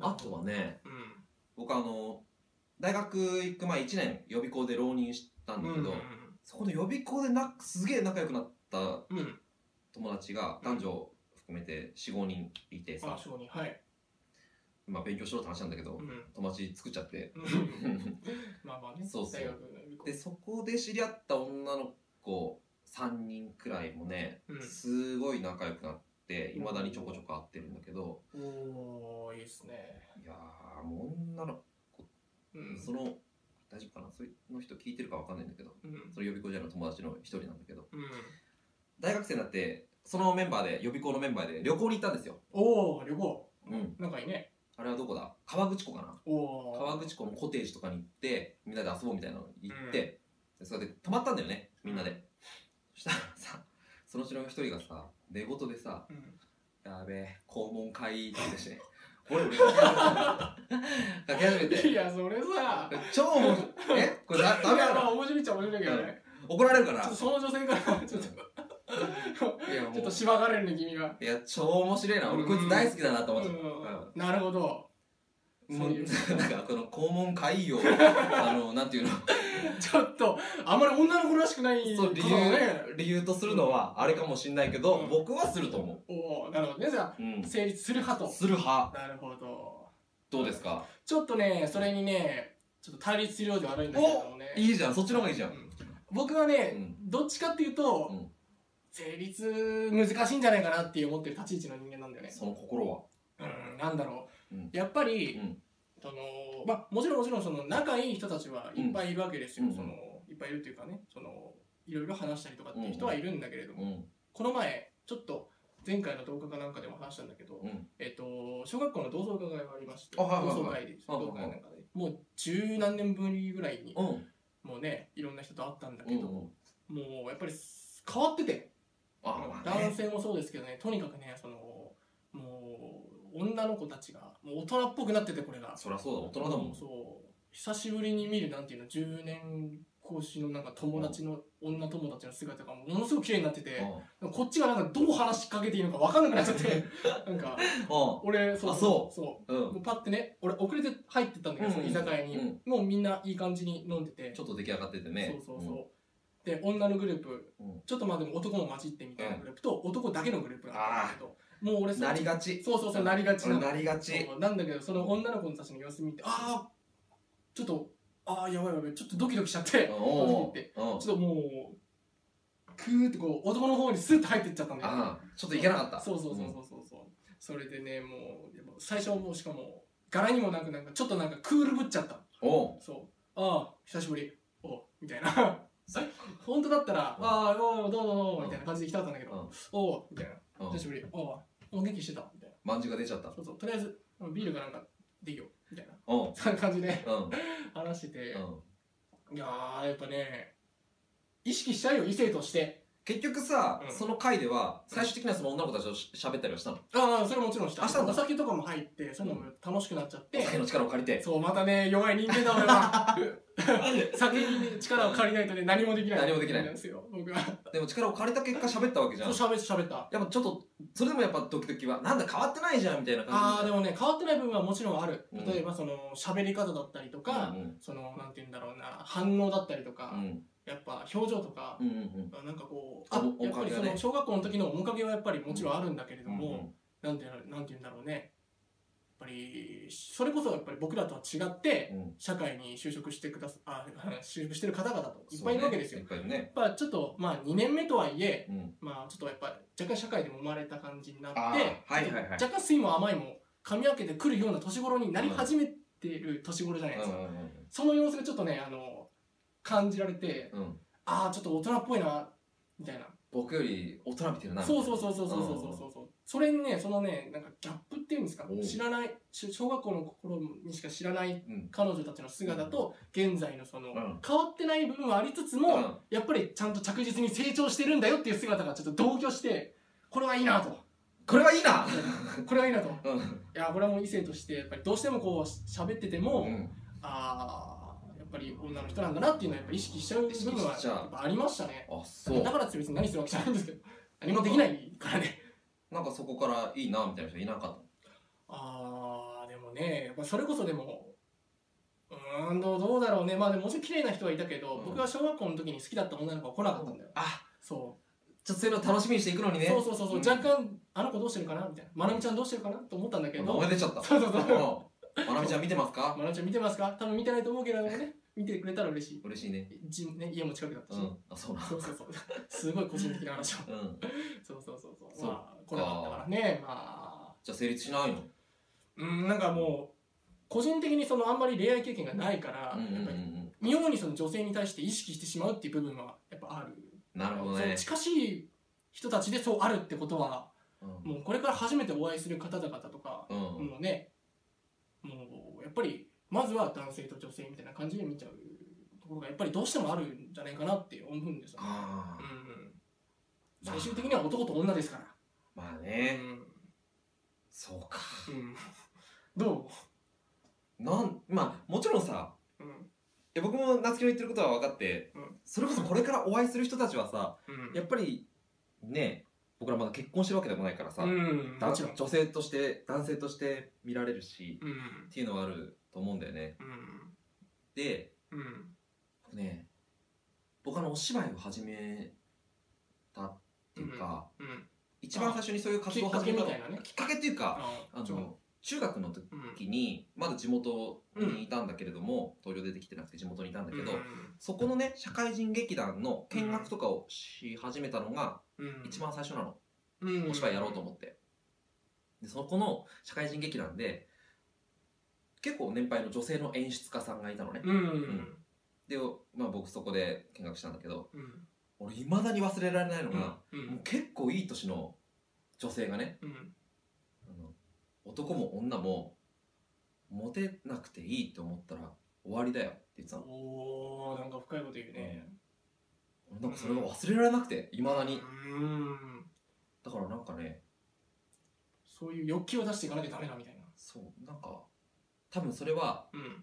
[SPEAKER 1] ん、あとはね
[SPEAKER 2] うん
[SPEAKER 1] 僕あの大学行く前1年予備校で浪人したんだけど、そこの予備校でなすげえ仲良くなった
[SPEAKER 2] うんうん
[SPEAKER 1] 友達が男女含めて45人いて
[SPEAKER 2] あ
[SPEAKER 1] さ、
[SPEAKER 2] そうにはい
[SPEAKER 1] まあ、勉強しろって話なんだけど、
[SPEAKER 2] うん
[SPEAKER 1] 友達作っちゃって
[SPEAKER 2] うんまあまあね
[SPEAKER 1] そうそう
[SPEAKER 2] 大学の予備校
[SPEAKER 1] でそこで知り合った女の子3人くらいもね
[SPEAKER 2] うん
[SPEAKER 1] すごい仲良くなっていまだにちょこちょこ会ってるんだけど
[SPEAKER 2] おおいいですね。
[SPEAKER 1] いやーもう女の
[SPEAKER 2] うん。
[SPEAKER 1] その大丈夫かなその人聞いてるかわかんないんだけど
[SPEAKER 2] うん。
[SPEAKER 1] その予備校時代の友達の一人なんだけど
[SPEAKER 2] うん。
[SPEAKER 1] 大学生になってそのメンバーで予備校のメンバーで旅行に行ったんですよ
[SPEAKER 2] おお旅行。
[SPEAKER 1] うん。
[SPEAKER 2] 仲いいね。
[SPEAKER 1] あれはどこだ川口湖かな
[SPEAKER 2] おお。
[SPEAKER 1] 川口湖のコテージとかに行ってみんなで遊ぼうみたいなのに行って、でそれで泊まったんだよねみんなで、そしたらさそのうちの一人がさ寝言でさ
[SPEAKER 2] うん。
[SPEAKER 1] 「やべえ肛門会」って言ってね俺も書き始めた書き始めて
[SPEAKER 2] いやそれさ。
[SPEAKER 1] 超面白いえこれだダメだ
[SPEAKER 2] いやまあ
[SPEAKER 1] ろ
[SPEAKER 2] 面白いっちゃ面白いけどね。
[SPEAKER 1] 怒られるか
[SPEAKER 2] ちょ
[SPEAKER 1] ら
[SPEAKER 2] っとその女性からちょっと
[SPEAKER 1] いや
[SPEAKER 2] ちょっ
[SPEAKER 1] も
[SPEAKER 2] と
[SPEAKER 1] う
[SPEAKER 2] しばかれるね君が。
[SPEAKER 1] いや超面白いな俺こいつ大好きだなと
[SPEAKER 2] う
[SPEAKER 1] 思って
[SPEAKER 2] ん。なるほど。
[SPEAKER 1] うん
[SPEAKER 2] そ
[SPEAKER 1] も
[SPEAKER 2] う
[SPEAKER 1] う
[SPEAKER 2] いう
[SPEAKER 1] なんかこの肛門会議をあのなんていうの
[SPEAKER 2] ちょっとあんまり女の子らしくない。
[SPEAKER 1] そう理
[SPEAKER 2] ことだね。
[SPEAKER 1] 由理由とするのはあれかもしんないけど、
[SPEAKER 2] うん
[SPEAKER 1] 僕はすると思
[SPEAKER 2] おおなるほどねじゃ
[SPEAKER 1] う、うん
[SPEAKER 2] あ、成立する派と。
[SPEAKER 1] する派
[SPEAKER 2] なるほど。
[SPEAKER 1] どうですか
[SPEAKER 2] ちょっとねそれにねちょっと対立するようで悪いんだけれどもね。
[SPEAKER 1] いいじゃんそっちの方がいいじゃん、
[SPEAKER 2] うん僕はね、
[SPEAKER 1] う
[SPEAKER 2] どっちかっていうと、
[SPEAKER 1] うん
[SPEAKER 2] 成立難しいんじゃないかなっていう思ってる立ち位置の人間なんだよね。
[SPEAKER 1] その心は
[SPEAKER 2] うん、なんだろう、
[SPEAKER 1] うん
[SPEAKER 2] やっぱり、
[SPEAKER 1] うん
[SPEAKER 2] そのまあ、もちろんもちろんその仲いい人たちはいっぱいいるわけですよ、
[SPEAKER 1] うん
[SPEAKER 2] そのいっぱいいるっていうかねそのいろいろ話したりとかっていう人はいるんだけれども、
[SPEAKER 1] うん
[SPEAKER 2] この前ちょっと前回の動画かなんかでも話したんだけど、
[SPEAKER 1] うん
[SPEAKER 2] えっと小学校の同窓会がありまして、
[SPEAKER 1] あはいはいはい
[SPEAKER 2] 同窓会です同
[SPEAKER 1] はいはい
[SPEAKER 2] 窓会なんかでもう十何年ぶりぐらいに、
[SPEAKER 1] うん
[SPEAKER 2] もうねいろんな人と会ったんだけ
[SPEAKER 1] う
[SPEAKER 2] ど、
[SPEAKER 1] んうん
[SPEAKER 2] もうやっぱり変わってて
[SPEAKER 1] あまあ
[SPEAKER 2] 男
[SPEAKER 1] ね
[SPEAKER 2] 性もそうですけどねとにかくねそのもう女の子たちがもう大人っぽくなっててこれが
[SPEAKER 1] そりゃそうだ大人だもん
[SPEAKER 2] そう久しぶりに見るなんていうの10年越しのなんか友達の、女友達の姿がものすごく綺麗になってて、こっちがなんかどう話しかけていいのか分かんなくなっちゃって なんか俺そう
[SPEAKER 1] あそう
[SPEAKER 2] そ
[SPEAKER 1] うんう
[SPEAKER 2] うんもうパッてね俺遅れて入ってったんだけど、その居酒屋に、
[SPEAKER 1] うん
[SPEAKER 2] もうみんないい感じに飲んでて
[SPEAKER 1] ちょっと出来上がっててね
[SPEAKER 2] そうそうそう。で、女のグループ、
[SPEAKER 1] うん
[SPEAKER 2] ちょっとまあでも男も混じってみたいなグループと、男だけのグループがあったんだけど、もう俺
[SPEAKER 1] うんなりが
[SPEAKER 2] ち
[SPEAKER 1] ち
[SPEAKER 2] そうそうそう、なりがち
[SPEAKER 1] 俺
[SPEAKER 2] な。
[SPEAKER 1] なりがち
[SPEAKER 2] そうなんだけど、その女の子たちの様子見て、ああちょっと、ああやばいやばい、ちょっとドキドキしちゃって、
[SPEAKER 1] うん
[SPEAKER 2] 正直言って
[SPEAKER 1] うん
[SPEAKER 2] ちょっともう、クーってこう、男の方にスッと入ってっちゃったんだよ。
[SPEAKER 1] ああちょっといけなかった
[SPEAKER 2] そうそうそうそうそうそう。それでね、もう、でも最初はもうしかも、柄にもなくなんか、ちょっとなんかクールぶっちゃった。
[SPEAKER 1] おう
[SPEAKER 2] そう。ああ、久しぶり。おうみたいな。 本当だったら、
[SPEAKER 1] うん
[SPEAKER 2] ああ、おうどうもどうも、
[SPEAKER 1] うん
[SPEAKER 2] みたいな感じで来たかったんだけど、
[SPEAKER 1] うん
[SPEAKER 2] おうみたいな。
[SPEAKER 1] うん
[SPEAKER 2] 久しぶり。おうお元気してたみたいな。
[SPEAKER 1] まんじゅうが出ちゃった
[SPEAKER 2] そうそう。とりあえず、ビールがなんかでいいよ。みたいな。
[SPEAKER 1] おう
[SPEAKER 2] そんな感じで
[SPEAKER 1] うん
[SPEAKER 2] 話してて、
[SPEAKER 1] うん
[SPEAKER 2] いやー、やっぱね、意識しちゃうよ、異性として。
[SPEAKER 1] 結局さ、
[SPEAKER 2] うん
[SPEAKER 1] その回では、最終的にはその女の子たちとし喋ったりはしたの。
[SPEAKER 2] ああ、それもちろんした。
[SPEAKER 1] あしたんだ
[SPEAKER 2] お酒とかも入って、そんなのも楽しくなっちゃって。
[SPEAKER 1] お酒の力を借りて、
[SPEAKER 2] そう、またね、弱い人間だ俺は。 酒にね力を借りないとね、何もできない。
[SPEAKER 1] 何もできない
[SPEAKER 2] んですよ、僕は。
[SPEAKER 1] でも力を借りた結果喋ったわけじゃん。
[SPEAKER 2] そう、喋った、喋った。
[SPEAKER 1] やっぱちょっと、それでもやっぱドキドキは、なんだ変わってないじゃんみたいな
[SPEAKER 2] ああ、
[SPEAKER 1] 感じ
[SPEAKER 2] で
[SPEAKER 1] で。
[SPEAKER 2] もね、変わってない部分はもちろんある。
[SPEAKER 1] うん
[SPEAKER 2] 例えば、その、喋り方だったりとか、
[SPEAKER 1] うん
[SPEAKER 2] その、なんて言うんだろうな、反応だったりとか、
[SPEAKER 1] うん。
[SPEAKER 2] やっぱ表情とか
[SPEAKER 1] う、んうんうん。
[SPEAKER 2] なんかこう、
[SPEAKER 1] あ
[SPEAKER 2] あ、
[SPEAKER 1] お
[SPEAKER 2] やっぱ
[SPEAKER 1] 面影
[SPEAKER 2] り
[SPEAKER 1] が
[SPEAKER 2] そ
[SPEAKER 1] ね
[SPEAKER 2] の、小学校の時の面影はやっぱりもちろんあるんだけれど
[SPEAKER 1] うん
[SPEAKER 2] も、
[SPEAKER 1] うん
[SPEAKER 2] なんていうのなんて言うんだろうね。やっぱり、それこそやっぱり僕らとは違って、
[SPEAKER 1] うん
[SPEAKER 2] 社会に就職してくださ、あ、 就職してる方々といっ
[SPEAKER 1] そう
[SPEAKER 2] ぱ
[SPEAKER 1] ね
[SPEAKER 2] いいるわけですよ
[SPEAKER 1] いっ。ぱいいるね。
[SPEAKER 2] やっぱちょっと、まあ2年目とはいえ、
[SPEAKER 1] うん。
[SPEAKER 2] まあちょっとやっぱ若干社会で揉まれた感じになって、
[SPEAKER 1] あーはいはいはい
[SPEAKER 2] 若干酸いも甘いも噛み分けてくるような年頃になり始めている年頃じゃないですか。その様子がちょっとね、あの、感じられて、
[SPEAKER 1] うん。うん。
[SPEAKER 2] ああ、ちょっと大人っぽいな、みたいな。
[SPEAKER 1] 僕より大人びてるな。
[SPEAKER 2] そうそうそうそうそうそうそうそうそれにねそのねなんかギャップっていうんですか
[SPEAKER 1] おう
[SPEAKER 2] 知らないし小学校の頃にしか知らない
[SPEAKER 1] うん。
[SPEAKER 2] 彼女たちの姿と現在のその、
[SPEAKER 1] うん
[SPEAKER 2] 変わってない部分はありつつも、やっぱりちゃんと着実に成長してるんだよっていう姿がちょっと同居してこれはいいなと
[SPEAKER 1] これはいいな
[SPEAKER 2] これはいいなとい
[SPEAKER 1] うん。
[SPEAKER 2] やこれはもう異性としてやっぱりどうしてもこう喋ってても、
[SPEAKER 1] うん
[SPEAKER 2] ああやっぱり女の人なんだなっていうのはやっぱ意識しちゃう部分は
[SPEAKER 1] 意識しちゃう
[SPEAKER 2] やっぱありましたね
[SPEAKER 1] あ、そう
[SPEAKER 2] だ。からって別に何するわけじゃないんですけど何もできないからね
[SPEAKER 1] なんかそこからいいなみたいな人いなかっ
[SPEAKER 2] あーでもねやっぱそれこそでもうーんどうどうだろうねまあでももちろん綺麗な人はいたけど、
[SPEAKER 1] うん
[SPEAKER 2] 僕は小学校の時に好きだった女の子は来なかったんだよ、
[SPEAKER 1] た。あ、
[SPEAKER 2] そ
[SPEAKER 1] ちょっとそういうの楽しみにしていくのに
[SPEAKER 2] う
[SPEAKER 1] ね。
[SPEAKER 2] そうそうそうそう、
[SPEAKER 1] ん
[SPEAKER 2] 若干あの子どうしてるかなみたいなまなみちゃんどうしてるかなと思ったんだけど、
[SPEAKER 1] おめでちゃった。
[SPEAKER 2] そうそうそう
[SPEAKER 1] うん。まなみちゃん見てますか
[SPEAKER 2] まなみちゃん見てますか多分見てないと思うけれどもね見てくれたら嬉しい
[SPEAKER 1] 嬉しいね。
[SPEAKER 2] じ、ね、家も近くだった
[SPEAKER 1] う
[SPEAKER 2] し、
[SPEAKER 1] ん。あ、そうな。
[SPEAKER 2] そうそうそうすごい個人的な話を
[SPEAKER 1] うん。
[SPEAKER 2] そうそうそうそう
[SPEAKER 1] そう
[SPEAKER 2] まあ来なかったからねまあ
[SPEAKER 1] じゃあ成立しないの
[SPEAKER 2] うんなんかもう個人的にそのあんまり恋愛経験がないから、
[SPEAKER 1] うんうんう
[SPEAKER 2] や
[SPEAKER 1] ん
[SPEAKER 2] っ
[SPEAKER 1] う
[SPEAKER 2] ぱり
[SPEAKER 1] ん。
[SPEAKER 2] 妙にその女性に対して意識してしまうっていう部分はやっぱある
[SPEAKER 1] なるほど
[SPEAKER 2] そ
[SPEAKER 1] ね
[SPEAKER 2] の。近しい人たちでそうあるってことは
[SPEAKER 1] うん
[SPEAKER 2] もうこれから初めてお会いする方々とか、
[SPEAKER 1] うん。
[SPEAKER 2] もうねもうやっぱりまずは男性と女性みたいな感じで見ちゃうところがやっぱりどうしてもあるんじゃないかなって思うんですよね、
[SPEAKER 1] あ
[SPEAKER 2] う
[SPEAKER 1] あ。
[SPEAKER 2] ん、最終的には男と女ですから、
[SPEAKER 1] まあ
[SPEAKER 2] う
[SPEAKER 1] ね。
[SPEAKER 2] ん
[SPEAKER 1] そうか。
[SPEAKER 2] うん、ど
[SPEAKER 1] なん、まあ、もちろんさ、
[SPEAKER 2] う、うん
[SPEAKER 1] いや僕も夏希の言ってることは分かって、
[SPEAKER 2] うん
[SPEAKER 1] それこそこれからお会いする人たちはさ
[SPEAKER 2] うん、
[SPEAKER 1] やっぱりね僕らまだ結婚してるわけでもないからさ、
[SPEAKER 2] うん
[SPEAKER 1] だ
[SPEAKER 2] もちろん、
[SPEAKER 1] 女性として男性として見られるし
[SPEAKER 2] うん
[SPEAKER 1] っていうのはあると思うんだよね
[SPEAKER 2] うん
[SPEAKER 1] で
[SPEAKER 2] うん
[SPEAKER 1] 僕ね僕あのお芝居を始めたっていうか、
[SPEAKER 2] うん
[SPEAKER 1] 一番最初にそういう活動を始め
[SPEAKER 2] きっかけみたいなね
[SPEAKER 1] きっかけっていうか
[SPEAKER 2] あ
[SPEAKER 1] あ
[SPEAKER 2] ちょ
[SPEAKER 1] の中学の
[SPEAKER 2] うん
[SPEAKER 1] 時にまだ地元にいたんだけれども、東京出てきてなくて地元にいたんだけど、
[SPEAKER 2] うん
[SPEAKER 1] そこのね、社会人劇団の見学とかをし始めたのが
[SPEAKER 2] うん
[SPEAKER 1] 一番最初なの。
[SPEAKER 2] うん
[SPEAKER 1] お芝居やろうと思って。で、そこの社会人劇団で、結構年配の女性の演出家さんがいたのね。
[SPEAKER 2] うん
[SPEAKER 1] で、まあ僕そこで見学したんだけど、
[SPEAKER 2] うん
[SPEAKER 1] 俺未だに忘れられないの
[SPEAKER 2] うん
[SPEAKER 1] が、もう結構いい年の女性がね、
[SPEAKER 2] うん
[SPEAKER 1] あの男も女も、モテなくていいって思ったら終わりだよって言ってたの。
[SPEAKER 2] おーなんか深いこと言うね
[SPEAKER 1] 俺なんかそれが忘れられなくて、未だ
[SPEAKER 2] う
[SPEAKER 1] に。
[SPEAKER 2] ん
[SPEAKER 1] だからなんかね、
[SPEAKER 2] そういう欲求を出していかなきゃダメだみたいな
[SPEAKER 1] そうなんか多分それは
[SPEAKER 2] うん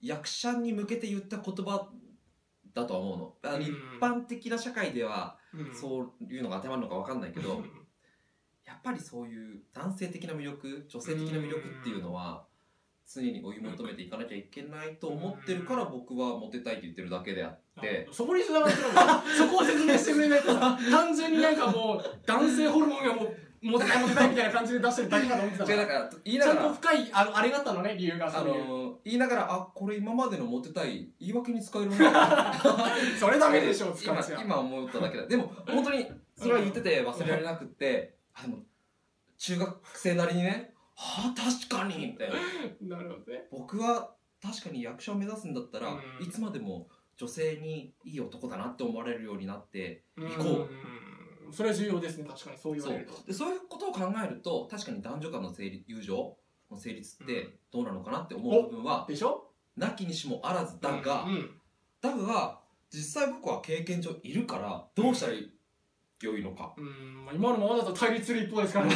[SPEAKER 1] 役者に向けて言った言葉だとは思うの、あ
[SPEAKER 2] うん
[SPEAKER 1] 一般的な社会では
[SPEAKER 2] うん
[SPEAKER 1] そういうのが当てはまるのか分かんないけ
[SPEAKER 2] う
[SPEAKER 1] ど
[SPEAKER 2] ん
[SPEAKER 1] やっぱりそういう男性的な魅力女性的な魅力っていうのは常に追い求めていかなきゃいけないと思ってるから僕はモテたいって言ってるだけであって
[SPEAKER 2] あそこに繋がってるんだそこを説明してくれないとさ単純になんかもう男性ホルモンがもう持てない持てないみたいな感じで出してるだけかと思ってた
[SPEAKER 1] 違うだ
[SPEAKER 2] ら
[SPEAKER 1] から言い
[SPEAKER 2] ち
[SPEAKER 1] なが
[SPEAKER 2] ゃんと
[SPEAKER 1] ら
[SPEAKER 2] 深いあのあれがあったのね理由が
[SPEAKER 1] あ
[SPEAKER 2] そういう
[SPEAKER 1] の言いながらあこれ今までのモテたい言い訳に使えるな
[SPEAKER 2] そ れダメでしょ使
[SPEAKER 1] 今
[SPEAKER 2] っちゃ
[SPEAKER 1] 今思っただけだでも本当にそれは言ってて忘れられなくってあでも中学生なりにね「はあ確かに」みたいな
[SPEAKER 2] なるほどね
[SPEAKER 1] 僕は確かに役者を目指すんだったら、
[SPEAKER 2] うん
[SPEAKER 1] いつまでも女性にいい男だなって思われるようになって行こう
[SPEAKER 2] うんそれは重要ですね確かにそう言
[SPEAKER 1] そ
[SPEAKER 2] われ
[SPEAKER 1] う
[SPEAKER 2] ると
[SPEAKER 1] でそういうことを考えると確かに男女間の成立友情の成立ってどうなのかなって思う部分は
[SPEAKER 2] でしょ
[SPEAKER 1] なきにしもあらずだが、
[SPEAKER 2] うん
[SPEAKER 1] だが実際僕は経験上いるからどうしたらいい良いのか。
[SPEAKER 2] うん、まあ今のままだと対立する一方で すからね。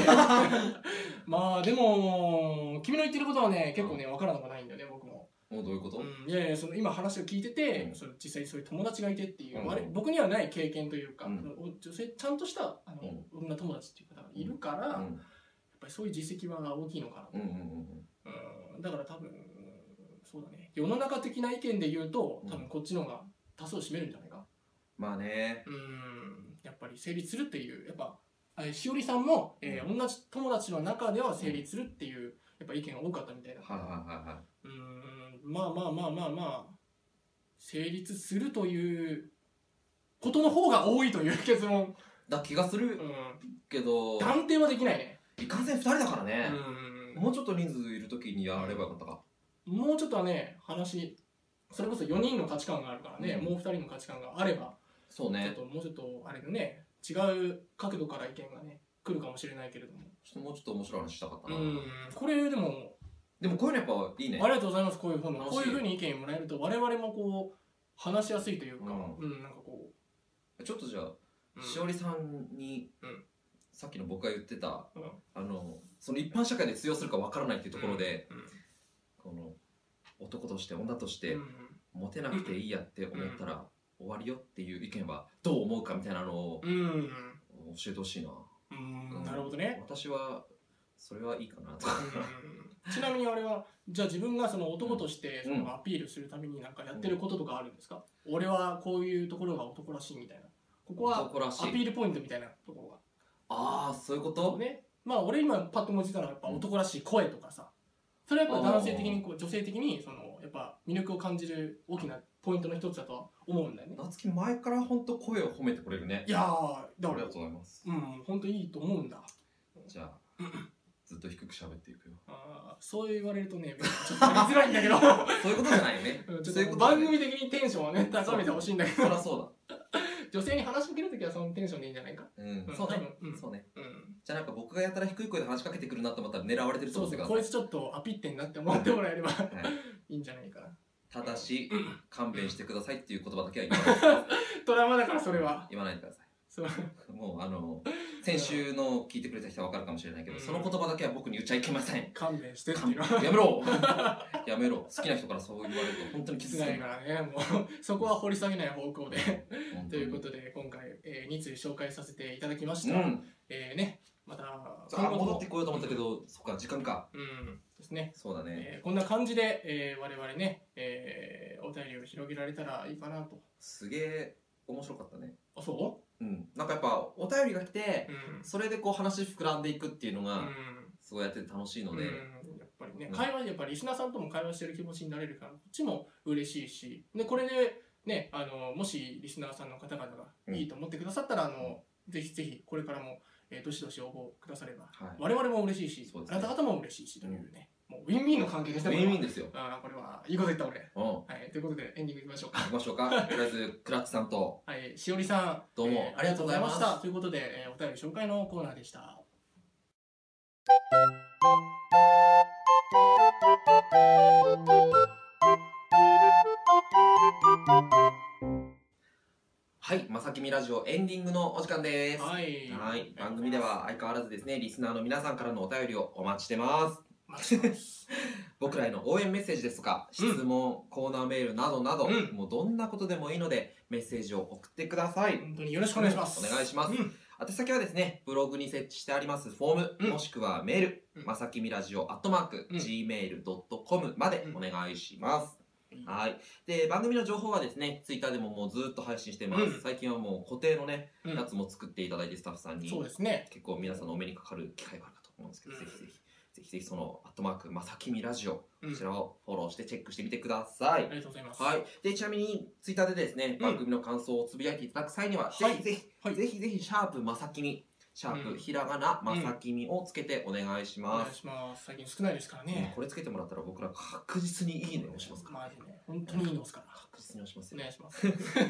[SPEAKER 2] まあでも、君の言ってることはね、結構ね、わからなくはないんだよね、僕も。
[SPEAKER 1] もうどういうこと、
[SPEAKER 2] うん、いやいや、その今話を聞いてて、
[SPEAKER 1] うん
[SPEAKER 2] その実際そういう友達がいてっていう、
[SPEAKER 1] うん
[SPEAKER 2] あれ僕にはない経験というか、
[SPEAKER 1] うん
[SPEAKER 2] そのお女性、ちゃんとしたあの、女友達っていう方がいるから、
[SPEAKER 1] う
[SPEAKER 2] やっ
[SPEAKER 1] ん
[SPEAKER 2] ぱりそういう実績は大きいのかなと
[SPEAKER 1] うんうん
[SPEAKER 2] うんだから多分そうだね世の中的な意見で言うと
[SPEAKER 1] うん
[SPEAKER 2] 多分こっちの方が多数を占めるんじゃないか
[SPEAKER 1] まあね。
[SPEAKER 2] うんやっぱり成立するっていうやっぱえーしおりさんも、えー同じ友達の中では成立するっていうやっぱ意見が多かったみたいな
[SPEAKER 1] はいはいはいはい。
[SPEAKER 2] うんまあまあまあまあまあ成立するということの方が多いという結論、
[SPEAKER 1] だ気がす
[SPEAKER 2] う
[SPEAKER 1] る
[SPEAKER 2] ん、
[SPEAKER 1] けど、
[SPEAKER 2] 断定はできないね
[SPEAKER 1] いかんせん2人だからね。
[SPEAKER 2] うん
[SPEAKER 1] もうちょっと人数いるときにやればよかったか。
[SPEAKER 2] もうちょっとはね話それこそ4人の価値観があるからね、
[SPEAKER 1] うん
[SPEAKER 2] もう2人の価値観があれば
[SPEAKER 1] そう
[SPEAKER 2] ちょっ
[SPEAKER 1] ね。
[SPEAKER 2] ともうちょっとあれだね違う角度から意見がね来るかもしれないけれども
[SPEAKER 1] ちょっともうちょっと面白い話したかった
[SPEAKER 2] う
[SPEAKER 1] な。
[SPEAKER 2] んこれでも
[SPEAKER 1] でもこういうのやっぱいい
[SPEAKER 2] あ
[SPEAKER 1] ね
[SPEAKER 2] り。がとうございますこういう本
[SPEAKER 1] 楽しい
[SPEAKER 2] こういうふうに意見もらえると我々もこう話しやすいというか
[SPEAKER 1] うん
[SPEAKER 2] うんなんかこ
[SPEAKER 1] ちょっとじゃあ、
[SPEAKER 2] ううん
[SPEAKER 1] しおりさんに、
[SPEAKER 2] うん
[SPEAKER 1] さっきの僕が言ってた、
[SPEAKER 2] うん
[SPEAKER 1] あのその一般社会で通用するかわからないっていうところで、
[SPEAKER 2] うん
[SPEAKER 1] この男として女として、
[SPEAKER 2] うん
[SPEAKER 1] モテなくていいやって思ったら、終わりよっていう意見はどう思うかみたいなのを
[SPEAKER 2] うんうん
[SPEAKER 1] 教えてほしいな、
[SPEAKER 2] うん
[SPEAKER 1] うん
[SPEAKER 2] なるほどね
[SPEAKER 1] 私はそれはいいかなとか、
[SPEAKER 2] うんちなみにあれはじゃあ自分がその男としてそ
[SPEAKER 1] うん
[SPEAKER 2] のアピールするためになんかやってることとかあるんですか、俺はこういうところが男らしいみたいなここは
[SPEAKER 1] 男らし
[SPEAKER 2] アピ
[SPEAKER 1] い
[SPEAKER 2] ールポイントみたいなところが
[SPEAKER 1] ああそういうこと、
[SPEAKER 2] ね、まあ俺今パッと思いついたのはやっぱ男らしい声とかさそれはやっぱ男性的にこう女性的にそのやっぱ魅力を感じる大きなポイントの一つだとは思うんだよね
[SPEAKER 1] 夏希前から本当声を褒めてくれるね
[SPEAKER 2] いやー
[SPEAKER 1] あ
[SPEAKER 2] だ
[SPEAKER 1] り
[SPEAKER 2] から
[SPEAKER 1] がとうございます
[SPEAKER 2] うん本当いいと思うんだ
[SPEAKER 1] じゃあずっと低く喋ってい くよ
[SPEAKER 2] あーそう言われるとねちょっとやりづらいんだけど
[SPEAKER 1] そういうことじゃないよね
[SPEAKER 2] うんち
[SPEAKER 1] そういう
[SPEAKER 2] ょっ
[SPEAKER 1] こととじゃな
[SPEAKER 2] 番
[SPEAKER 1] い
[SPEAKER 2] 組的にテンションをね高めてほしいんだけ
[SPEAKER 1] そり
[SPEAKER 2] ど
[SPEAKER 1] ゃそう
[SPEAKER 2] 女性に話しかけるときはそのテンションでいいんじゃないか
[SPEAKER 1] だうん
[SPEAKER 2] うん
[SPEAKER 1] そうね、
[SPEAKER 2] 多分うん
[SPEAKER 1] そうね
[SPEAKER 2] うん
[SPEAKER 1] じゃあなんか僕がやたら低い声で話しかけてくるなと思ったら狙われてると
[SPEAKER 2] そ
[SPEAKER 1] 思
[SPEAKER 2] う
[SPEAKER 1] って
[SPEAKER 2] で
[SPEAKER 1] く
[SPEAKER 2] す
[SPEAKER 1] ださ
[SPEAKER 2] こい
[SPEAKER 1] い
[SPEAKER 2] つちょっとアピってんなって思ってもらえれば
[SPEAKER 1] はい
[SPEAKER 2] いいんじゃないかな
[SPEAKER 1] ただ し
[SPEAKER 2] うん
[SPEAKER 1] 勘弁してくださいっていう言葉だけは言わない
[SPEAKER 2] ドラマだ からそれは
[SPEAKER 1] 言わないでください
[SPEAKER 2] そう
[SPEAKER 1] もうあの先週の聞いてくれた人は分かるかもしれないけど、
[SPEAKER 2] うん
[SPEAKER 1] その言葉だけは僕に言っちゃいけません。
[SPEAKER 2] 勘弁してって
[SPEAKER 1] 勘
[SPEAKER 2] いう
[SPEAKER 1] 弁やめろやめろ好きな人からそう言われると本当に
[SPEAKER 2] き
[SPEAKER 1] 傷
[SPEAKER 2] つ
[SPEAKER 1] つく
[SPEAKER 2] ないからねもうそこは掘り下げない方向でということとで今回、えー、2通紹介させていただきまし
[SPEAKER 1] う
[SPEAKER 2] た、
[SPEAKER 1] ん
[SPEAKER 2] えーねまた
[SPEAKER 1] さあ
[SPEAKER 2] 今後とも
[SPEAKER 1] 戻ってこようと思ったけど、そっか時間か
[SPEAKER 2] うんですね、
[SPEAKER 1] そうだね、
[SPEAKER 2] えーこんな感じで、えー、我々ね、えー、お便りを広げられたらいいかなと
[SPEAKER 1] すげえ面白かったね
[SPEAKER 2] あそ
[SPEAKER 1] うんなんかやっぱお便りが来て
[SPEAKER 2] ううん
[SPEAKER 1] それでこう話膨らんでいくっていうの
[SPEAKER 2] う
[SPEAKER 1] が
[SPEAKER 2] ん
[SPEAKER 1] すごいやってて楽しいので、
[SPEAKER 2] うんやっぱりね、
[SPEAKER 1] うん
[SPEAKER 2] 会話やっぱりリスナーさんとも会話してる気持ちになれるからこっちも嬉しいしでこれでねあのもしリスナーさんの方々がいいと思ってくださったら、あのぜひぜひこれからも、えーどしどし応募くだされば、
[SPEAKER 1] はい
[SPEAKER 2] 我々も嬉しいし、
[SPEAKER 1] そうです
[SPEAKER 2] あ
[SPEAKER 1] ね
[SPEAKER 2] なた方も嬉しいしというね、もうウィンウィンの関係で
[SPEAKER 1] ウ
[SPEAKER 2] したね
[SPEAKER 1] ィンウィンですよ
[SPEAKER 2] あーこれはいいこと言った俺
[SPEAKER 1] うん行
[SPEAKER 2] はいということでエンディングいきましょうか
[SPEAKER 1] きましょうかとりあえずクラッチさんと
[SPEAKER 2] はいしおりさん
[SPEAKER 1] どうも
[SPEAKER 2] えー
[SPEAKER 1] ありがとうございました
[SPEAKER 2] ということで、えーお便り紹介のコーナーでした
[SPEAKER 1] はいまさきみラジオエンディングのお時間です
[SPEAKER 2] はい
[SPEAKER 1] はい、番組では相変わらずですね、リスナーの皆さんからのお便りをお待ちしてます。
[SPEAKER 2] 待ちしてます
[SPEAKER 1] 僕らへの応援メッセージですとか、質
[SPEAKER 2] うん
[SPEAKER 1] 問、コーナーメールなどなど、
[SPEAKER 2] うん
[SPEAKER 1] もうどんなことでもいいので、メッセージを送ってください。
[SPEAKER 2] 本当によろしくお願いします
[SPEAKER 1] お願いします
[SPEAKER 2] うん
[SPEAKER 1] 宛先はですね、ブログに設置してありますフォーム、
[SPEAKER 2] うん
[SPEAKER 1] もしくはメール、
[SPEAKER 2] うん
[SPEAKER 1] まさきみラジオアットマーク、
[SPEAKER 2] うん
[SPEAKER 1] gmail.com までお願いします。
[SPEAKER 2] は
[SPEAKER 1] はい。で、番組の情報はですね、ツイッターでももうずっと配信してます。
[SPEAKER 2] うん
[SPEAKER 1] 最近はもう固定のね、
[SPEAKER 2] い
[SPEAKER 1] やつも作っていただいてスタッフさんに。
[SPEAKER 2] そうですね。
[SPEAKER 1] 結構皆さんのお目にかかる機会があるかと思うんですけど、
[SPEAKER 2] うん
[SPEAKER 1] ぜひぜひぜひぜひそのアットマークまさきみラジオ
[SPEAKER 2] う
[SPEAKER 1] こ
[SPEAKER 2] ん
[SPEAKER 1] ちらをフォローしてチェックしてみてください、
[SPEAKER 2] ありがとうございます。
[SPEAKER 1] はい、でちなみにツイッターでですね、
[SPEAKER 2] うん
[SPEAKER 1] 番組の感想をつぶやいていただく際には、
[SPEAKER 2] はい
[SPEAKER 1] ぜひぜひ、
[SPEAKER 2] はい
[SPEAKER 1] ぜひぜひシャープまさきみシャープ、
[SPEAKER 2] うん
[SPEAKER 1] ひらがなまさきみをつけてお願いし
[SPEAKER 2] お
[SPEAKER 1] ま
[SPEAKER 2] 願い
[SPEAKER 1] す、
[SPEAKER 2] します。最近少ないですから
[SPEAKER 1] ね
[SPEAKER 2] ね。
[SPEAKER 1] これつけてもらったら僕ら確実にいいねを押しますから、
[SPEAKER 2] マジで。本当にいいのですから。
[SPEAKER 1] 確実に押します
[SPEAKER 2] お
[SPEAKER 1] よ、
[SPEAKER 2] 願いします。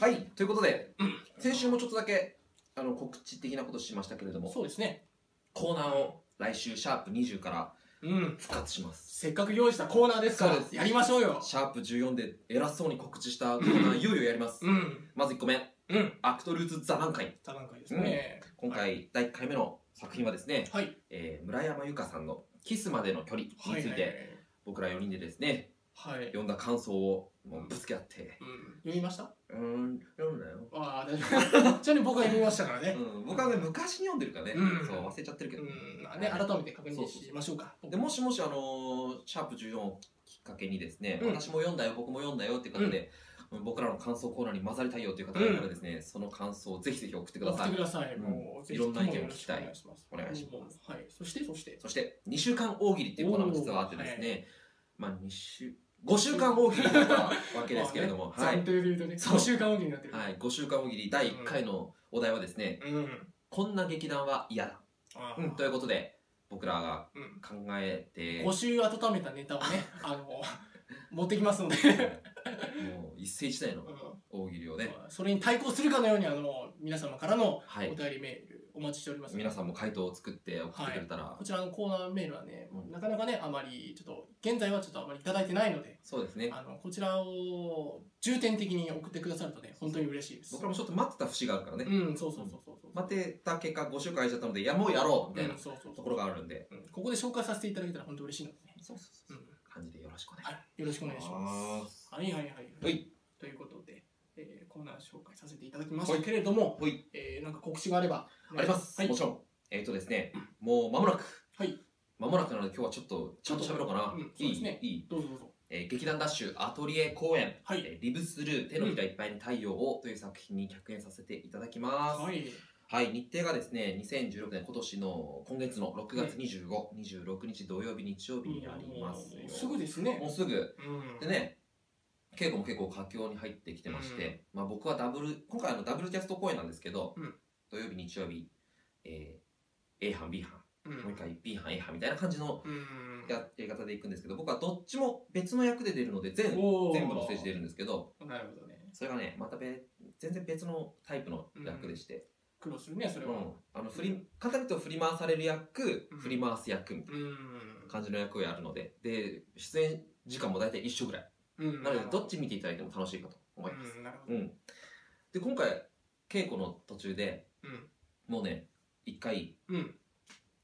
[SPEAKER 1] はいということで、 先週もちょっとだけあの告知的なことしましたけれども
[SPEAKER 2] そうですね。
[SPEAKER 1] コーナーを来週シャープ20から
[SPEAKER 2] うん。
[SPEAKER 1] 復活します
[SPEAKER 2] せっかく用意したコーナーですから
[SPEAKER 1] そうで、す
[SPEAKER 2] やりましょうよ。
[SPEAKER 1] シャープ14で偉そうに告知したコーナー、いよいよやります。
[SPEAKER 2] うん。
[SPEAKER 1] まず1個目、
[SPEAKER 2] うん
[SPEAKER 1] アクトルーツ座談会。
[SPEAKER 2] 多段階ですね。
[SPEAKER 1] 今回、第1回目の作品はですね、
[SPEAKER 2] はい。
[SPEAKER 1] えー村山由佳さんのキスまでの距離につ
[SPEAKER 2] はいい。
[SPEAKER 1] て、僕ら4人でですね、
[SPEAKER 2] はい。はい。
[SPEAKER 1] 読んだ感想をもうぶつけ合って、
[SPEAKER 2] うん。読みました
[SPEAKER 1] うーん、読んだよ。
[SPEAKER 2] ああ、大丈夫。ちな みに僕は読みましたからね。
[SPEAKER 1] うん、僕はね、昔に読んでるからね、
[SPEAKER 2] うん
[SPEAKER 1] そう、忘れちゃってるけ
[SPEAKER 2] う
[SPEAKER 1] ど。
[SPEAKER 2] ん。まあね、改めて確認しましょうか。
[SPEAKER 1] でもしもし、あのーシャープ14をきっかけにですね、
[SPEAKER 2] うん
[SPEAKER 1] 私も読んだよ、僕も読んだよっていう方で、僕らの感想コーナーに混ざりたいよっていう方がいたらですね、その感想をぜひぜひ送ってくだ
[SPEAKER 2] 送っ
[SPEAKER 1] さ
[SPEAKER 2] て
[SPEAKER 1] い。
[SPEAKER 2] ください。
[SPEAKER 1] うん
[SPEAKER 2] もう、ぜ
[SPEAKER 1] い
[SPEAKER 2] ひ
[SPEAKER 1] ろ
[SPEAKER 2] と
[SPEAKER 1] ん
[SPEAKER 2] も
[SPEAKER 1] な意見を
[SPEAKER 2] よろ
[SPEAKER 1] 聞き
[SPEAKER 2] したく
[SPEAKER 1] い
[SPEAKER 2] お願いします。。
[SPEAKER 1] お願いします
[SPEAKER 2] はい。そして、そして。
[SPEAKER 1] そして、2週間大喜利っていうコーナーも実はあってですね、まあ2週、5週間大喜利だったわけですけれど も、
[SPEAKER 2] まあ
[SPEAKER 1] は
[SPEAKER 2] ね
[SPEAKER 1] い
[SPEAKER 2] 暫。定で言うとね、
[SPEAKER 1] そう
[SPEAKER 2] 5週間おきになってる。
[SPEAKER 1] はい、5週間大喜利第1回のお題はですね、
[SPEAKER 2] うん。
[SPEAKER 1] こんな劇団は嫌だ。
[SPEAKER 2] あ
[SPEAKER 1] うん、ということで、僕らが
[SPEAKER 2] う
[SPEAKER 1] 考
[SPEAKER 2] ん。
[SPEAKER 1] えて、
[SPEAKER 2] 5週温めたネ タをね、あの、持ってきますので。
[SPEAKER 1] もう一世一代の
[SPEAKER 2] うん
[SPEAKER 1] 大喜利をね、
[SPEAKER 2] まあそれに対抗するかのように、あの、皆様からの
[SPEAKER 1] は
[SPEAKER 2] お
[SPEAKER 1] い
[SPEAKER 2] 便、りメールお待ちしております。
[SPEAKER 1] 皆さんも回答を作って送ってくれたら、
[SPEAKER 2] こちらのコーナーメールはね
[SPEAKER 1] う、ん
[SPEAKER 2] なかなかね、あまり、ちょっと、現在はちょっとあまりいただいてないので、
[SPEAKER 1] そうですね。
[SPEAKER 2] あの、こちらを重点的に送ってくださるとね、本当に嬉しいです。
[SPEAKER 1] 僕らもちょっと待ってた節があるからね。
[SPEAKER 2] うん、そうそうそうそうそう。
[SPEAKER 1] 待ってた結果5週間空いちゃったので、いや、もうやろうみたいな
[SPEAKER 2] うんそうそうそう
[SPEAKER 1] ところがあるんで、
[SPEAKER 2] うんここで紹介させていただけたら本当嬉しいのでね。
[SPEAKER 1] そうそうそ
[SPEAKER 2] うん
[SPEAKER 1] う。感じでよろしくお願いし
[SPEAKER 2] はい、よろしくお願いしま。
[SPEAKER 1] ます
[SPEAKER 2] はいはいはい。
[SPEAKER 1] はい
[SPEAKER 2] ということで、えーコーナー紹介させていただきましたけれども、
[SPEAKER 1] ます。はい、
[SPEAKER 2] えーなんか告知があれば。
[SPEAKER 1] あります。
[SPEAKER 2] はい
[SPEAKER 1] も。ちろん。えっ、とですね、もう間もなく。
[SPEAKER 2] はい。
[SPEAKER 1] 間もなくなので今日はちょっと、ちゃんと喋ろうかな。
[SPEAKER 2] うん
[SPEAKER 1] い
[SPEAKER 2] そう
[SPEAKER 1] い
[SPEAKER 2] ですね
[SPEAKER 1] いい、
[SPEAKER 2] どうぞどうぞ。
[SPEAKER 1] えー劇団ダッシュアトリエ公演、
[SPEAKER 2] はい
[SPEAKER 1] えーリブスルー手のひらいっぱいに太陽をという作品に客演させていただきます。
[SPEAKER 2] はい。
[SPEAKER 1] はい、日程がですね、2016年、今年の今月の6月25、26日土曜日、日曜日にあります
[SPEAKER 2] も
[SPEAKER 1] よ。
[SPEAKER 2] うすぐですね
[SPEAKER 1] も。うすぐ。
[SPEAKER 2] う
[SPEAKER 1] で
[SPEAKER 2] ん
[SPEAKER 1] ね、稽古も結構佳境に入ってきてまして、まあ僕はダブル、今回あのダブルキャスト公演なんですけど、
[SPEAKER 2] うん
[SPEAKER 1] 土曜日、日曜日、えー A 班、B 班、
[SPEAKER 2] うん
[SPEAKER 1] もう一回 B 班、A 班みたいな感じの
[SPEAKER 2] うん
[SPEAKER 1] ややり方でいくんですけど、僕はどっちも別の役で出るので、全、
[SPEAKER 2] おー
[SPEAKER 1] 全部のステージ出るんですけど、
[SPEAKER 2] なるほどね。
[SPEAKER 1] それがね、また別、全然別のタイプの役でして、
[SPEAKER 2] 苦労するね、それ
[SPEAKER 1] う
[SPEAKER 2] は。
[SPEAKER 1] ん、あの振り簡単に言うと振り回される役、
[SPEAKER 2] うん
[SPEAKER 1] 振り回す役みたい
[SPEAKER 2] うん
[SPEAKER 1] な感じの役をやるのでで出演時間も大体一緒ぐらい
[SPEAKER 2] うん
[SPEAKER 1] なのでどっち見ていただいても楽しいかと思います、
[SPEAKER 2] うんなるほ
[SPEAKER 1] う
[SPEAKER 2] ど。
[SPEAKER 1] んで今回稽古の途中でもうね一回
[SPEAKER 2] うん。うん。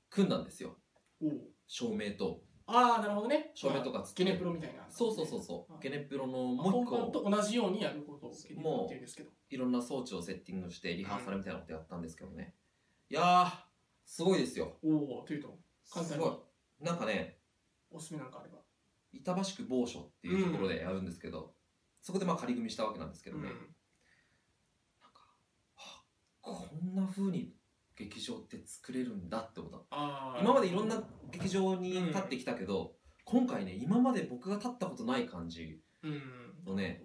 [SPEAKER 1] 組んだんですよ
[SPEAKER 2] おう
[SPEAKER 1] 照明と
[SPEAKER 2] ああ、なるほどね。
[SPEAKER 1] 照明とかつ
[SPEAKER 2] ゲ
[SPEAKER 1] け
[SPEAKER 2] ネプロみたいな。
[SPEAKER 1] そうそうそうそう、
[SPEAKER 2] あ
[SPEAKER 1] ゲネプロのもう
[SPEAKER 2] 本
[SPEAKER 1] 一
[SPEAKER 2] 番
[SPEAKER 1] 個
[SPEAKER 2] と同じようにやることをゲネプロっていうんですけど。
[SPEAKER 1] いろんな装置をセッティングしてリハーサルみたいなことやったんですけどねいやーすごいですよ
[SPEAKER 2] おお、というと、
[SPEAKER 1] す
[SPEAKER 2] 簡単に
[SPEAKER 1] ごいなんかね
[SPEAKER 2] おすすめなんかあれば。
[SPEAKER 1] 板橋区某所っていうところでやるんですけど、そこでまあ仮組みしたわけなんですけどね、なんかはあこんな風に劇場って作れるんだってこと
[SPEAKER 2] ああ。
[SPEAKER 1] 今までいろんな劇場に立ってきたけど、今回ね今まで僕が立ったことない感じ
[SPEAKER 2] うん
[SPEAKER 1] のね。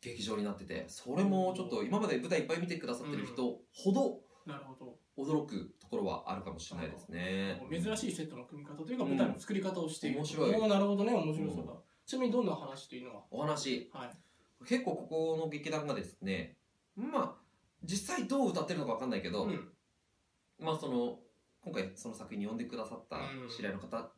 [SPEAKER 1] 劇場になっててそれもちょっと今まで舞台いっぱい見てくださってる人ほど
[SPEAKER 2] なるほど。
[SPEAKER 1] 驚くところはあるかもしれないですね
[SPEAKER 2] もう珍しいセットの組み方というか、
[SPEAKER 1] うん
[SPEAKER 2] 舞台の作り方をしている。
[SPEAKER 1] 面白い
[SPEAKER 2] おーなるほどね、面白そうだ。ちなみにどんな話というのは
[SPEAKER 1] お話
[SPEAKER 2] はい。
[SPEAKER 1] 結構ここの劇団がですねまあ実際どう歌ってるのか分かんないけど、
[SPEAKER 2] うん
[SPEAKER 1] まあその今回その作品に呼んでくださった
[SPEAKER 2] うん
[SPEAKER 1] 知り合いの方
[SPEAKER 2] う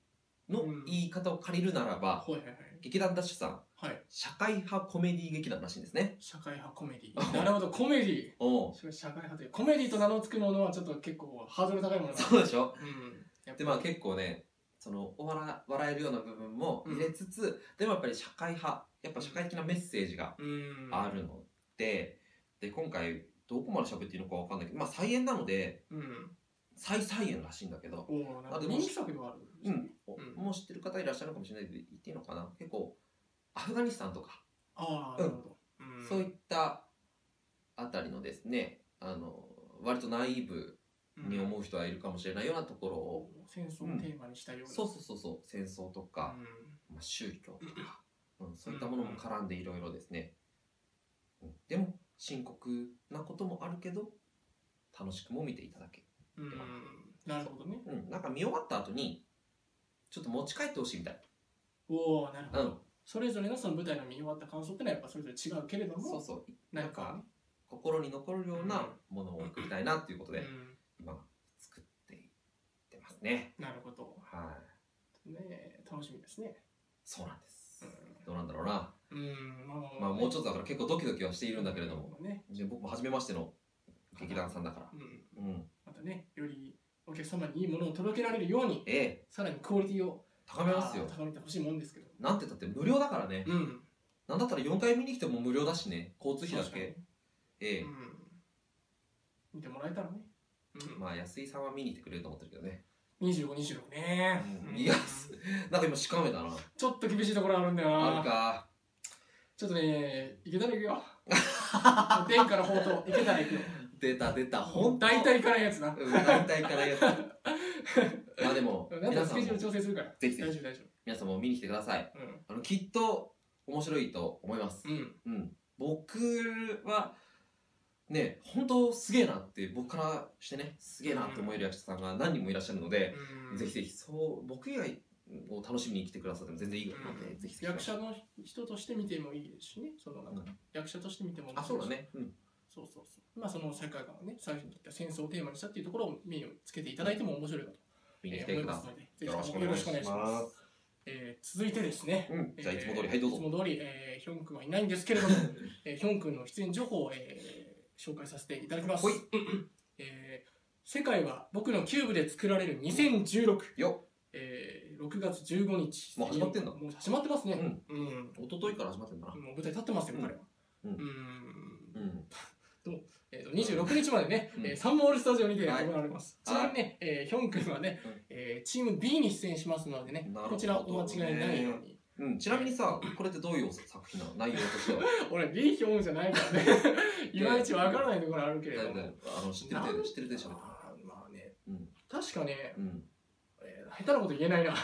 [SPEAKER 1] の
[SPEAKER 2] ん
[SPEAKER 1] 言い方を借りるならば、
[SPEAKER 2] はいはいはい。
[SPEAKER 1] 劇団ダッシュさん
[SPEAKER 2] はい。
[SPEAKER 1] 社会派コメディ劇団らしいんですね。
[SPEAKER 2] 社会派コメディ。 なるほど、コメディ。
[SPEAKER 1] おう
[SPEAKER 2] 社会派という。コメディと名の付くものはちょっと結構ハードル高いものだ
[SPEAKER 1] そうでしょ
[SPEAKER 2] うん。やっぱ
[SPEAKER 1] でまあ結構ねそのお笑笑えるような部分も入れつつ、でもやっぱり社会派やっぱ社会的なメッセージが
[SPEAKER 2] うん。
[SPEAKER 1] あ。るので,、で今回どこまで喋っていいのか分かんないけどまあ再演なので
[SPEAKER 2] うん。
[SPEAKER 1] 再再演らしいんだけど、
[SPEAKER 2] おお、なる
[SPEAKER 1] あ
[SPEAKER 2] ほ
[SPEAKER 1] で
[SPEAKER 2] ど。
[SPEAKER 1] も
[SPEAKER 2] 人気作ではある。
[SPEAKER 1] うん
[SPEAKER 2] うん
[SPEAKER 1] もう知ってる方いらっしゃるかもしれないけど言っていいのかな結構アフガニスタンとか
[SPEAKER 2] ああ、なるほど。うん
[SPEAKER 1] そういったあたりのですね、あの、割とナイーブに思う人はいるかもしれないようなところを、
[SPEAKER 2] 戦争をテーマにしたような、
[SPEAKER 1] そうそうそうそう、戦争とか、
[SPEAKER 2] う
[SPEAKER 1] まあ、宗教とか、うん、そういったものも絡んでいろいろですね、うんでも、深刻なこともあるけど、楽しくも見ていただけ。
[SPEAKER 2] ん、うんなるほどね
[SPEAKER 1] うん、なんか見終わった後に、ちょっと持ち帰ってほしいみたい。
[SPEAKER 2] おおなるほ
[SPEAKER 1] う
[SPEAKER 2] ど、
[SPEAKER 1] ん、
[SPEAKER 2] それぞれのその舞台の見終わった感想ってのはやっぱそれぞれ違うけれど
[SPEAKER 1] そう
[SPEAKER 2] も
[SPEAKER 1] そう、
[SPEAKER 2] なんか
[SPEAKER 1] 心に残るようなものを送りたいなっていうこと
[SPEAKER 2] う
[SPEAKER 1] で、
[SPEAKER 2] ん、
[SPEAKER 1] 今、作っていってますね。
[SPEAKER 2] なるほど
[SPEAKER 1] はい。
[SPEAKER 2] ね楽しみですね、
[SPEAKER 1] そうなんです
[SPEAKER 2] う。ん
[SPEAKER 1] どうなんだろうな。
[SPEAKER 2] うん、まあ、
[SPEAKER 1] まあ、もうちょ
[SPEAKER 2] っ
[SPEAKER 1] っとだから結構ドキドキはしているんだけれども、
[SPEAKER 2] も。ね。
[SPEAKER 1] じゃあ僕も初めましての劇団さんだから。
[SPEAKER 2] うん。
[SPEAKER 1] うん。
[SPEAKER 2] またね、よりお客様にいいものを届けられるように、
[SPEAKER 1] ええ、
[SPEAKER 2] さらにクオリティを
[SPEAKER 1] 高めますよ。
[SPEAKER 2] 高めてほしいもんですけど。
[SPEAKER 1] なんて言ったって無料だからね。
[SPEAKER 2] うん。
[SPEAKER 1] なんだったら4回見に来ても無料だしね。交通費だ
[SPEAKER 2] 確かに
[SPEAKER 1] け。ええ
[SPEAKER 2] う。ん。見てもらえたらね。うん。
[SPEAKER 1] まあ、安井さんは見に行ってくれると思ってるけどね。
[SPEAKER 2] 25、26ね。
[SPEAKER 1] うん
[SPEAKER 2] うん
[SPEAKER 1] いやすなんか今、しかめだな。
[SPEAKER 2] ちょっと厳しいところあるんだよ
[SPEAKER 1] ある
[SPEAKER 2] な。
[SPEAKER 1] か。
[SPEAKER 2] ちょっとね、いけたら行 くよ。天から宝刀、いけたら行くよ。
[SPEAKER 1] 出た出た。ほんと
[SPEAKER 2] 大。体行かないやつな。
[SPEAKER 1] うん大体から やつ。まあでも、
[SPEAKER 2] なん
[SPEAKER 1] 皆
[SPEAKER 2] か
[SPEAKER 1] さ
[SPEAKER 2] ス
[SPEAKER 1] ん
[SPEAKER 2] ケ
[SPEAKER 1] も
[SPEAKER 2] ジュール、調整するから。
[SPEAKER 1] ぜひぜ
[SPEAKER 2] 大
[SPEAKER 1] ひ、
[SPEAKER 2] 丈夫、大丈
[SPEAKER 1] 皆さんも見に来てください。
[SPEAKER 2] 夫。
[SPEAKER 1] あの、きっと、面白いと思います。
[SPEAKER 2] うん。うん。
[SPEAKER 1] うん、僕はね本当すげえなって僕からしてねすげえなって思える役者さんが何人もいらっしゃるので、
[SPEAKER 2] うん
[SPEAKER 1] ぜひぜひそう僕以外を楽しみに来てくださっても全然いいので、
[SPEAKER 2] うん
[SPEAKER 1] ぜひぜひ
[SPEAKER 2] 役者の人として見てもいいですしね、そのなんか
[SPEAKER 1] うん
[SPEAKER 2] 役者として見ても面
[SPEAKER 1] あそう
[SPEAKER 2] 白いし
[SPEAKER 1] だ。ね、うん、
[SPEAKER 2] そうそうそう。まあその世界観をね、最初に言った戦争をテーマにしたっていうところをメインをつけていただいても面白いかと
[SPEAKER 1] 見に来
[SPEAKER 2] えー
[SPEAKER 1] て
[SPEAKER 2] 思い
[SPEAKER 1] くだ
[SPEAKER 2] ます
[SPEAKER 1] さ
[SPEAKER 2] ので、ぜ
[SPEAKER 1] い
[SPEAKER 2] ひともよろしくお願いします。えー続いてですね、
[SPEAKER 1] うん、じゃあいつも通り、
[SPEAKER 2] えー
[SPEAKER 1] はいどうぞ
[SPEAKER 2] いつも通り、えーヒョン君はいないんですけ れども、えーヒョン君の出演情報を、えー紹介させていただきます
[SPEAKER 1] ほい。
[SPEAKER 2] えー世界は僕のキューブで作られる2016、
[SPEAKER 1] よ
[SPEAKER 2] えー6月15日。
[SPEAKER 1] もう始まってんの
[SPEAKER 2] もう始まってますね。うん
[SPEAKER 1] 一昨日から始まってんだな
[SPEAKER 2] もう舞台立ってますよ、
[SPEAKER 1] うん
[SPEAKER 2] 彼は。
[SPEAKER 1] うん
[SPEAKER 2] ん
[SPEAKER 1] うん
[SPEAKER 2] えーと26日までね、
[SPEAKER 1] うん
[SPEAKER 2] えーサンモールスタジオにて行われます。
[SPEAKER 1] はい
[SPEAKER 2] ちなみにね、えーヒョン君はね、
[SPEAKER 1] うん
[SPEAKER 2] えーチーム B に出演しますのでね、
[SPEAKER 1] なるほどね
[SPEAKER 2] こちらお間違いないように。
[SPEAKER 1] うん、ちなみにさこれってどういう作品なの内容としては
[SPEAKER 2] 俺、B ヒョンじゃないから ね、いまいちわからないところあるけれ
[SPEAKER 1] だ
[SPEAKER 2] ど
[SPEAKER 1] いぶだい
[SPEAKER 2] も。
[SPEAKER 1] ぶあの知ってる程度知ってる程度喋って
[SPEAKER 2] あーまあね、
[SPEAKER 1] うん
[SPEAKER 2] 確かね、
[SPEAKER 1] うん
[SPEAKER 2] えー下手なこと言えない な。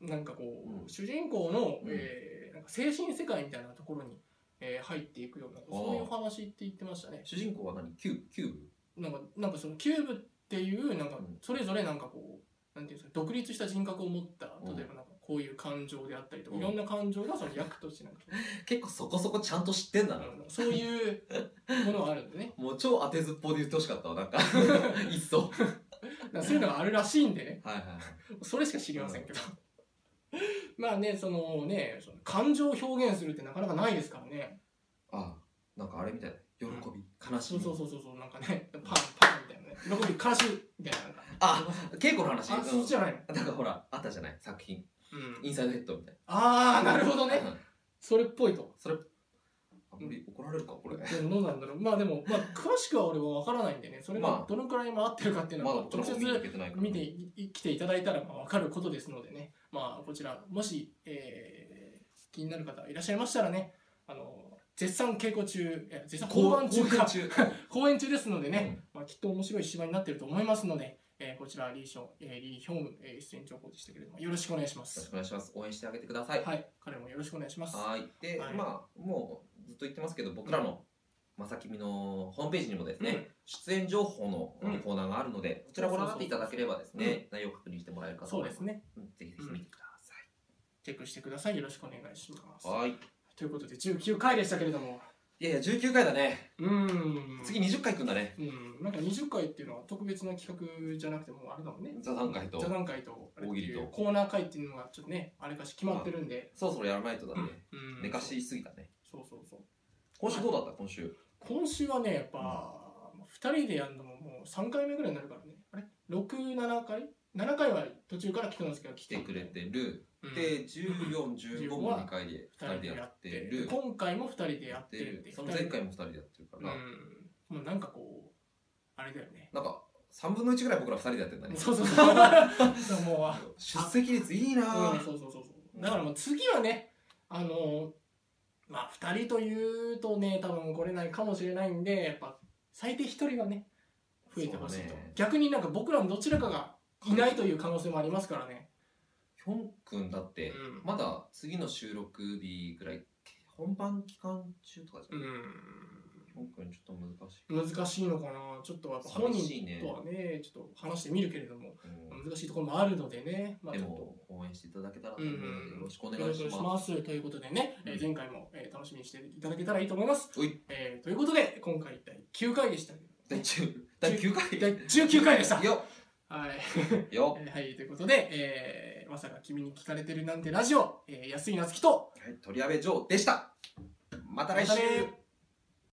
[SPEAKER 2] なんかこう、
[SPEAKER 1] うん
[SPEAKER 2] 主人公の、
[SPEAKER 1] うん
[SPEAKER 2] えーなんか精神世界みたいなところに、えー入っていくような、そういうお話って言ってましたね。
[SPEAKER 1] 主人公は何キューブキューブ
[SPEAKER 2] なんか、なんかそのキューブっていう、なんか
[SPEAKER 1] うん、
[SPEAKER 2] それぞれなんかこう、なんていうんですか、独立した人格を持った
[SPEAKER 1] うん、
[SPEAKER 2] 例えばなんかこういう感情であったりとか、
[SPEAKER 1] うん
[SPEAKER 2] いろんな感情がその役とし てなんか、
[SPEAKER 1] 結構そこそこちゃんと知ってんだな、
[SPEAKER 2] そういうものがあるんでね。
[SPEAKER 1] もう超当てずっぽうで言ってほしかったわ、なん か。いっそ。
[SPEAKER 2] だからそういうのがあるらしいんでね、
[SPEAKER 1] はいはいはい。
[SPEAKER 2] それしか知りませんけど。まあね、そのね、その感情を表現するってなかなかないですからね。
[SPEAKER 1] ああ、なんかあれみたいな。喜び、悲し
[SPEAKER 2] そ
[SPEAKER 1] み。
[SPEAKER 2] うそうそうそうそう、なんかね、パン、パンみたいなね。喜び、悲しいみたいな。
[SPEAKER 1] あ、稽古の話。
[SPEAKER 2] あ、そうじゃないの。
[SPEAKER 1] うんなんかほら、あったじゃない作品。
[SPEAKER 2] うん。
[SPEAKER 1] インサイドヘッドみたい
[SPEAKER 2] ああ、なるほど
[SPEAKER 1] な。
[SPEAKER 2] ね。
[SPEAKER 1] うん
[SPEAKER 2] それっぽいと。
[SPEAKER 1] あんまり怒られるか、これ。
[SPEAKER 2] でもどうなんだろう。まあでも、まあ、詳しくは俺は分からないんでね、それ
[SPEAKER 1] ま
[SPEAKER 2] が
[SPEAKER 1] あ
[SPEAKER 2] どのくらい回ってるかっていうの
[SPEAKER 1] ま
[SPEAKER 2] は、
[SPEAKER 1] だ
[SPEAKER 2] 直
[SPEAKER 1] 僕らも見に行
[SPEAKER 2] 接
[SPEAKER 1] けてないから。
[SPEAKER 2] 見ていい来ていただいたらまあ分かることですのでね、まあ、こちら、もし、えー気になる方いらっしゃいましたらね、あの、絶賛稽古中、いや絶賛
[SPEAKER 1] 公
[SPEAKER 2] 公演中か、
[SPEAKER 1] 中。
[SPEAKER 2] 公演中ですので
[SPEAKER 1] うん
[SPEAKER 2] ね、。まあ、きっと面白い芝居になってると思いますので、えーこちら、リーション、えーリー・ヒョンウン、えー出演情報でしたけれども、よろしくお願いしま
[SPEAKER 1] よろし
[SPEAKER 2] す
[SPEAKER 1] く。お願いします。応援してあげてください。
[SPEAKER 2] はい、彼もよろしくお願いします。
[SPEAKER 1] はい。で、
[SPEAKER 2] はい
[SPEAKER 1] まあ、もうずっと言ってますけど、僕らの、まさきみのホームページにもですね、
[SPEAKER 2] うん
[SPEAKER 1] 出演情報のあの
[SPEAKER 2] うん
[SPEAKER 1] コーナーがあるので、こちらご覧になっていただければですね、内容を確認してもらえるかと
[SPEAKER 2] そう
[SPEAKER 1] 思いま
[SPEAKER 2] で
[SPEAKER 1] す。
[SPEAKER 2] すね。
[SPEAKER 1] うんぜひぜひ見てくださ
[SPEAKER 2] チェックしてください。よろしくお願いします
[SPEAKER 1] い。。はい。
[SPEAKER 2] ということで19回でしたけれども
[SPEAKER 1] いやいや、19回だね。
[SPEAKER 2] うーん
[SPEAKER 1] 次20回いくんだね。
[SPEAKER 2] うんなんか20回っていうのは特別な企画じゃなくてもうあれだもんね
[SPEAKER 1] 座談会と
[SPEAKER 2] 座談会とあれって
[SPEAKER 1] 大喜
[SPEAKER 2] い
[SPEAKER 1] 利
[SPEAKER 2] う
[SPEAKER 1] と
[SPEAKER 2] コーナー会っていうのがちょっとねあれかし決まってるんで、
[SPEAKER 1] そろそろやらないとだね。
[SPEAKER 2] うん
[SPEAKER 1] 寝かしすぎたね。
[SPEAKER 2] そうそうそう
[SPEAKER 1] 今週どうだった今週。
[SPEAKER 2] 今週はねやっぱ、二2人でやるのももう3回目ぐらいになるからねあれ67回7回は途中から来たんですけど来
[SPEAKER 1] 来てくれ
[SPEAKER 2] て、
[SPEAKER 1] てる。
[SPEAKER 2] うん
[SPEAKER 1] で、14、15も2回で2人
[SPEAKER 2] 二人
[SPEAKER 1] で
[SPEAKER 2] で
[SPEAKER 1] や
[SPEAKER 2] や
[SPEAKER 1] っ
[SPEAKER 2] ってて
[SPEAKER 1] る。
[SPEAKER 2] 今回も2人でやってるって
[SPEAKER 1] その前回も2人でやってるから、
[SPEAKER 2] うんもうなんかこうあれだよ ね
[SPEAKER 1] なんか3分の1ぐらい僕ら2人でやってんだね。
[SPEAKER 2] そうそう そうもうあ
[SPEAKER 1] 出席率いいな
[SPEAKER 2] うん、
[SPEAKER 1] ぁ。
[SPEAKER 2] そうそうそうそうだからもう次はねあのーまあ2人というとね多分来れないかもしれないんでやっぱ最低1人はね増えてほしい
[SPEAKER 1] そ
[SPEAKER 2] と、
[SPEAKER 1] うね
[SPEAKER 2] 逆になんか僕らのどちらかがいないという可能性もありますからね、
[SPEAKER 1] ヒョン君だって、
[SPEAKER 2] うん
[SPEAKER 1] まだ次の収録日ぐらい、本番期間中とかじゃん。ヒョン君ちょっと難しい。
[SPEAKER 2] うん、難しいのかなちょっとやっぱ本
[SPEAKER 1] 寂しい
[SPEAKER 2] 人
[SPEAKER 1] ね
[SPEAKER 2] とはねちょっと話してみるけれども
[SPEAKER 1] うん
[SPEAKER 2] 難しいところもあるのでね、まあ、
[SPEAKER 1] で
[SPEAKER 2] ちょっ
[SPEAKER 1] も応援していただけたらと
[SPEAKER 2] と
[SPEAKER 1] 思
[SPEAKER 2] う
[SPEAKER 1] うので、
[SPEAKER 2] ん
[SPEAKER 1] よろしくお
[SPEAKER 2] と
[SPEAKER 1] 願
[SPEAKER 2] よろ
[SPEAKER 1] い
[SPEAKER 2] し
[SPEAKER 1] し
[SPEAKER 2] くお願いし
[SPEAKER 1] ま
[SPEAKER 2] ますということでね、えー
[SPEAKER 1] うん
[SPEAKER 2] 前回も、えー楽しみにしていただけたらいいと思います
[SPEAKER 1] す。おい、
[SPEAKER 2] えーということで今回第9回でしたけど
[SPEAKER 1] 第10第9回
[SPEAKER 2] 第19回でした
[SPEAKER 1] いや、
[SPEAKER 2] はい。
[SPEAKER 1] よ。
[SPEAKER 2] えーはい、ということで、えーまさか君に聞かれてるなんてラジオ、えー安井夏樹と、
[SPEAKER 1] はい、鳥矢部城でした。また来週。
[SPEAKER 2] またね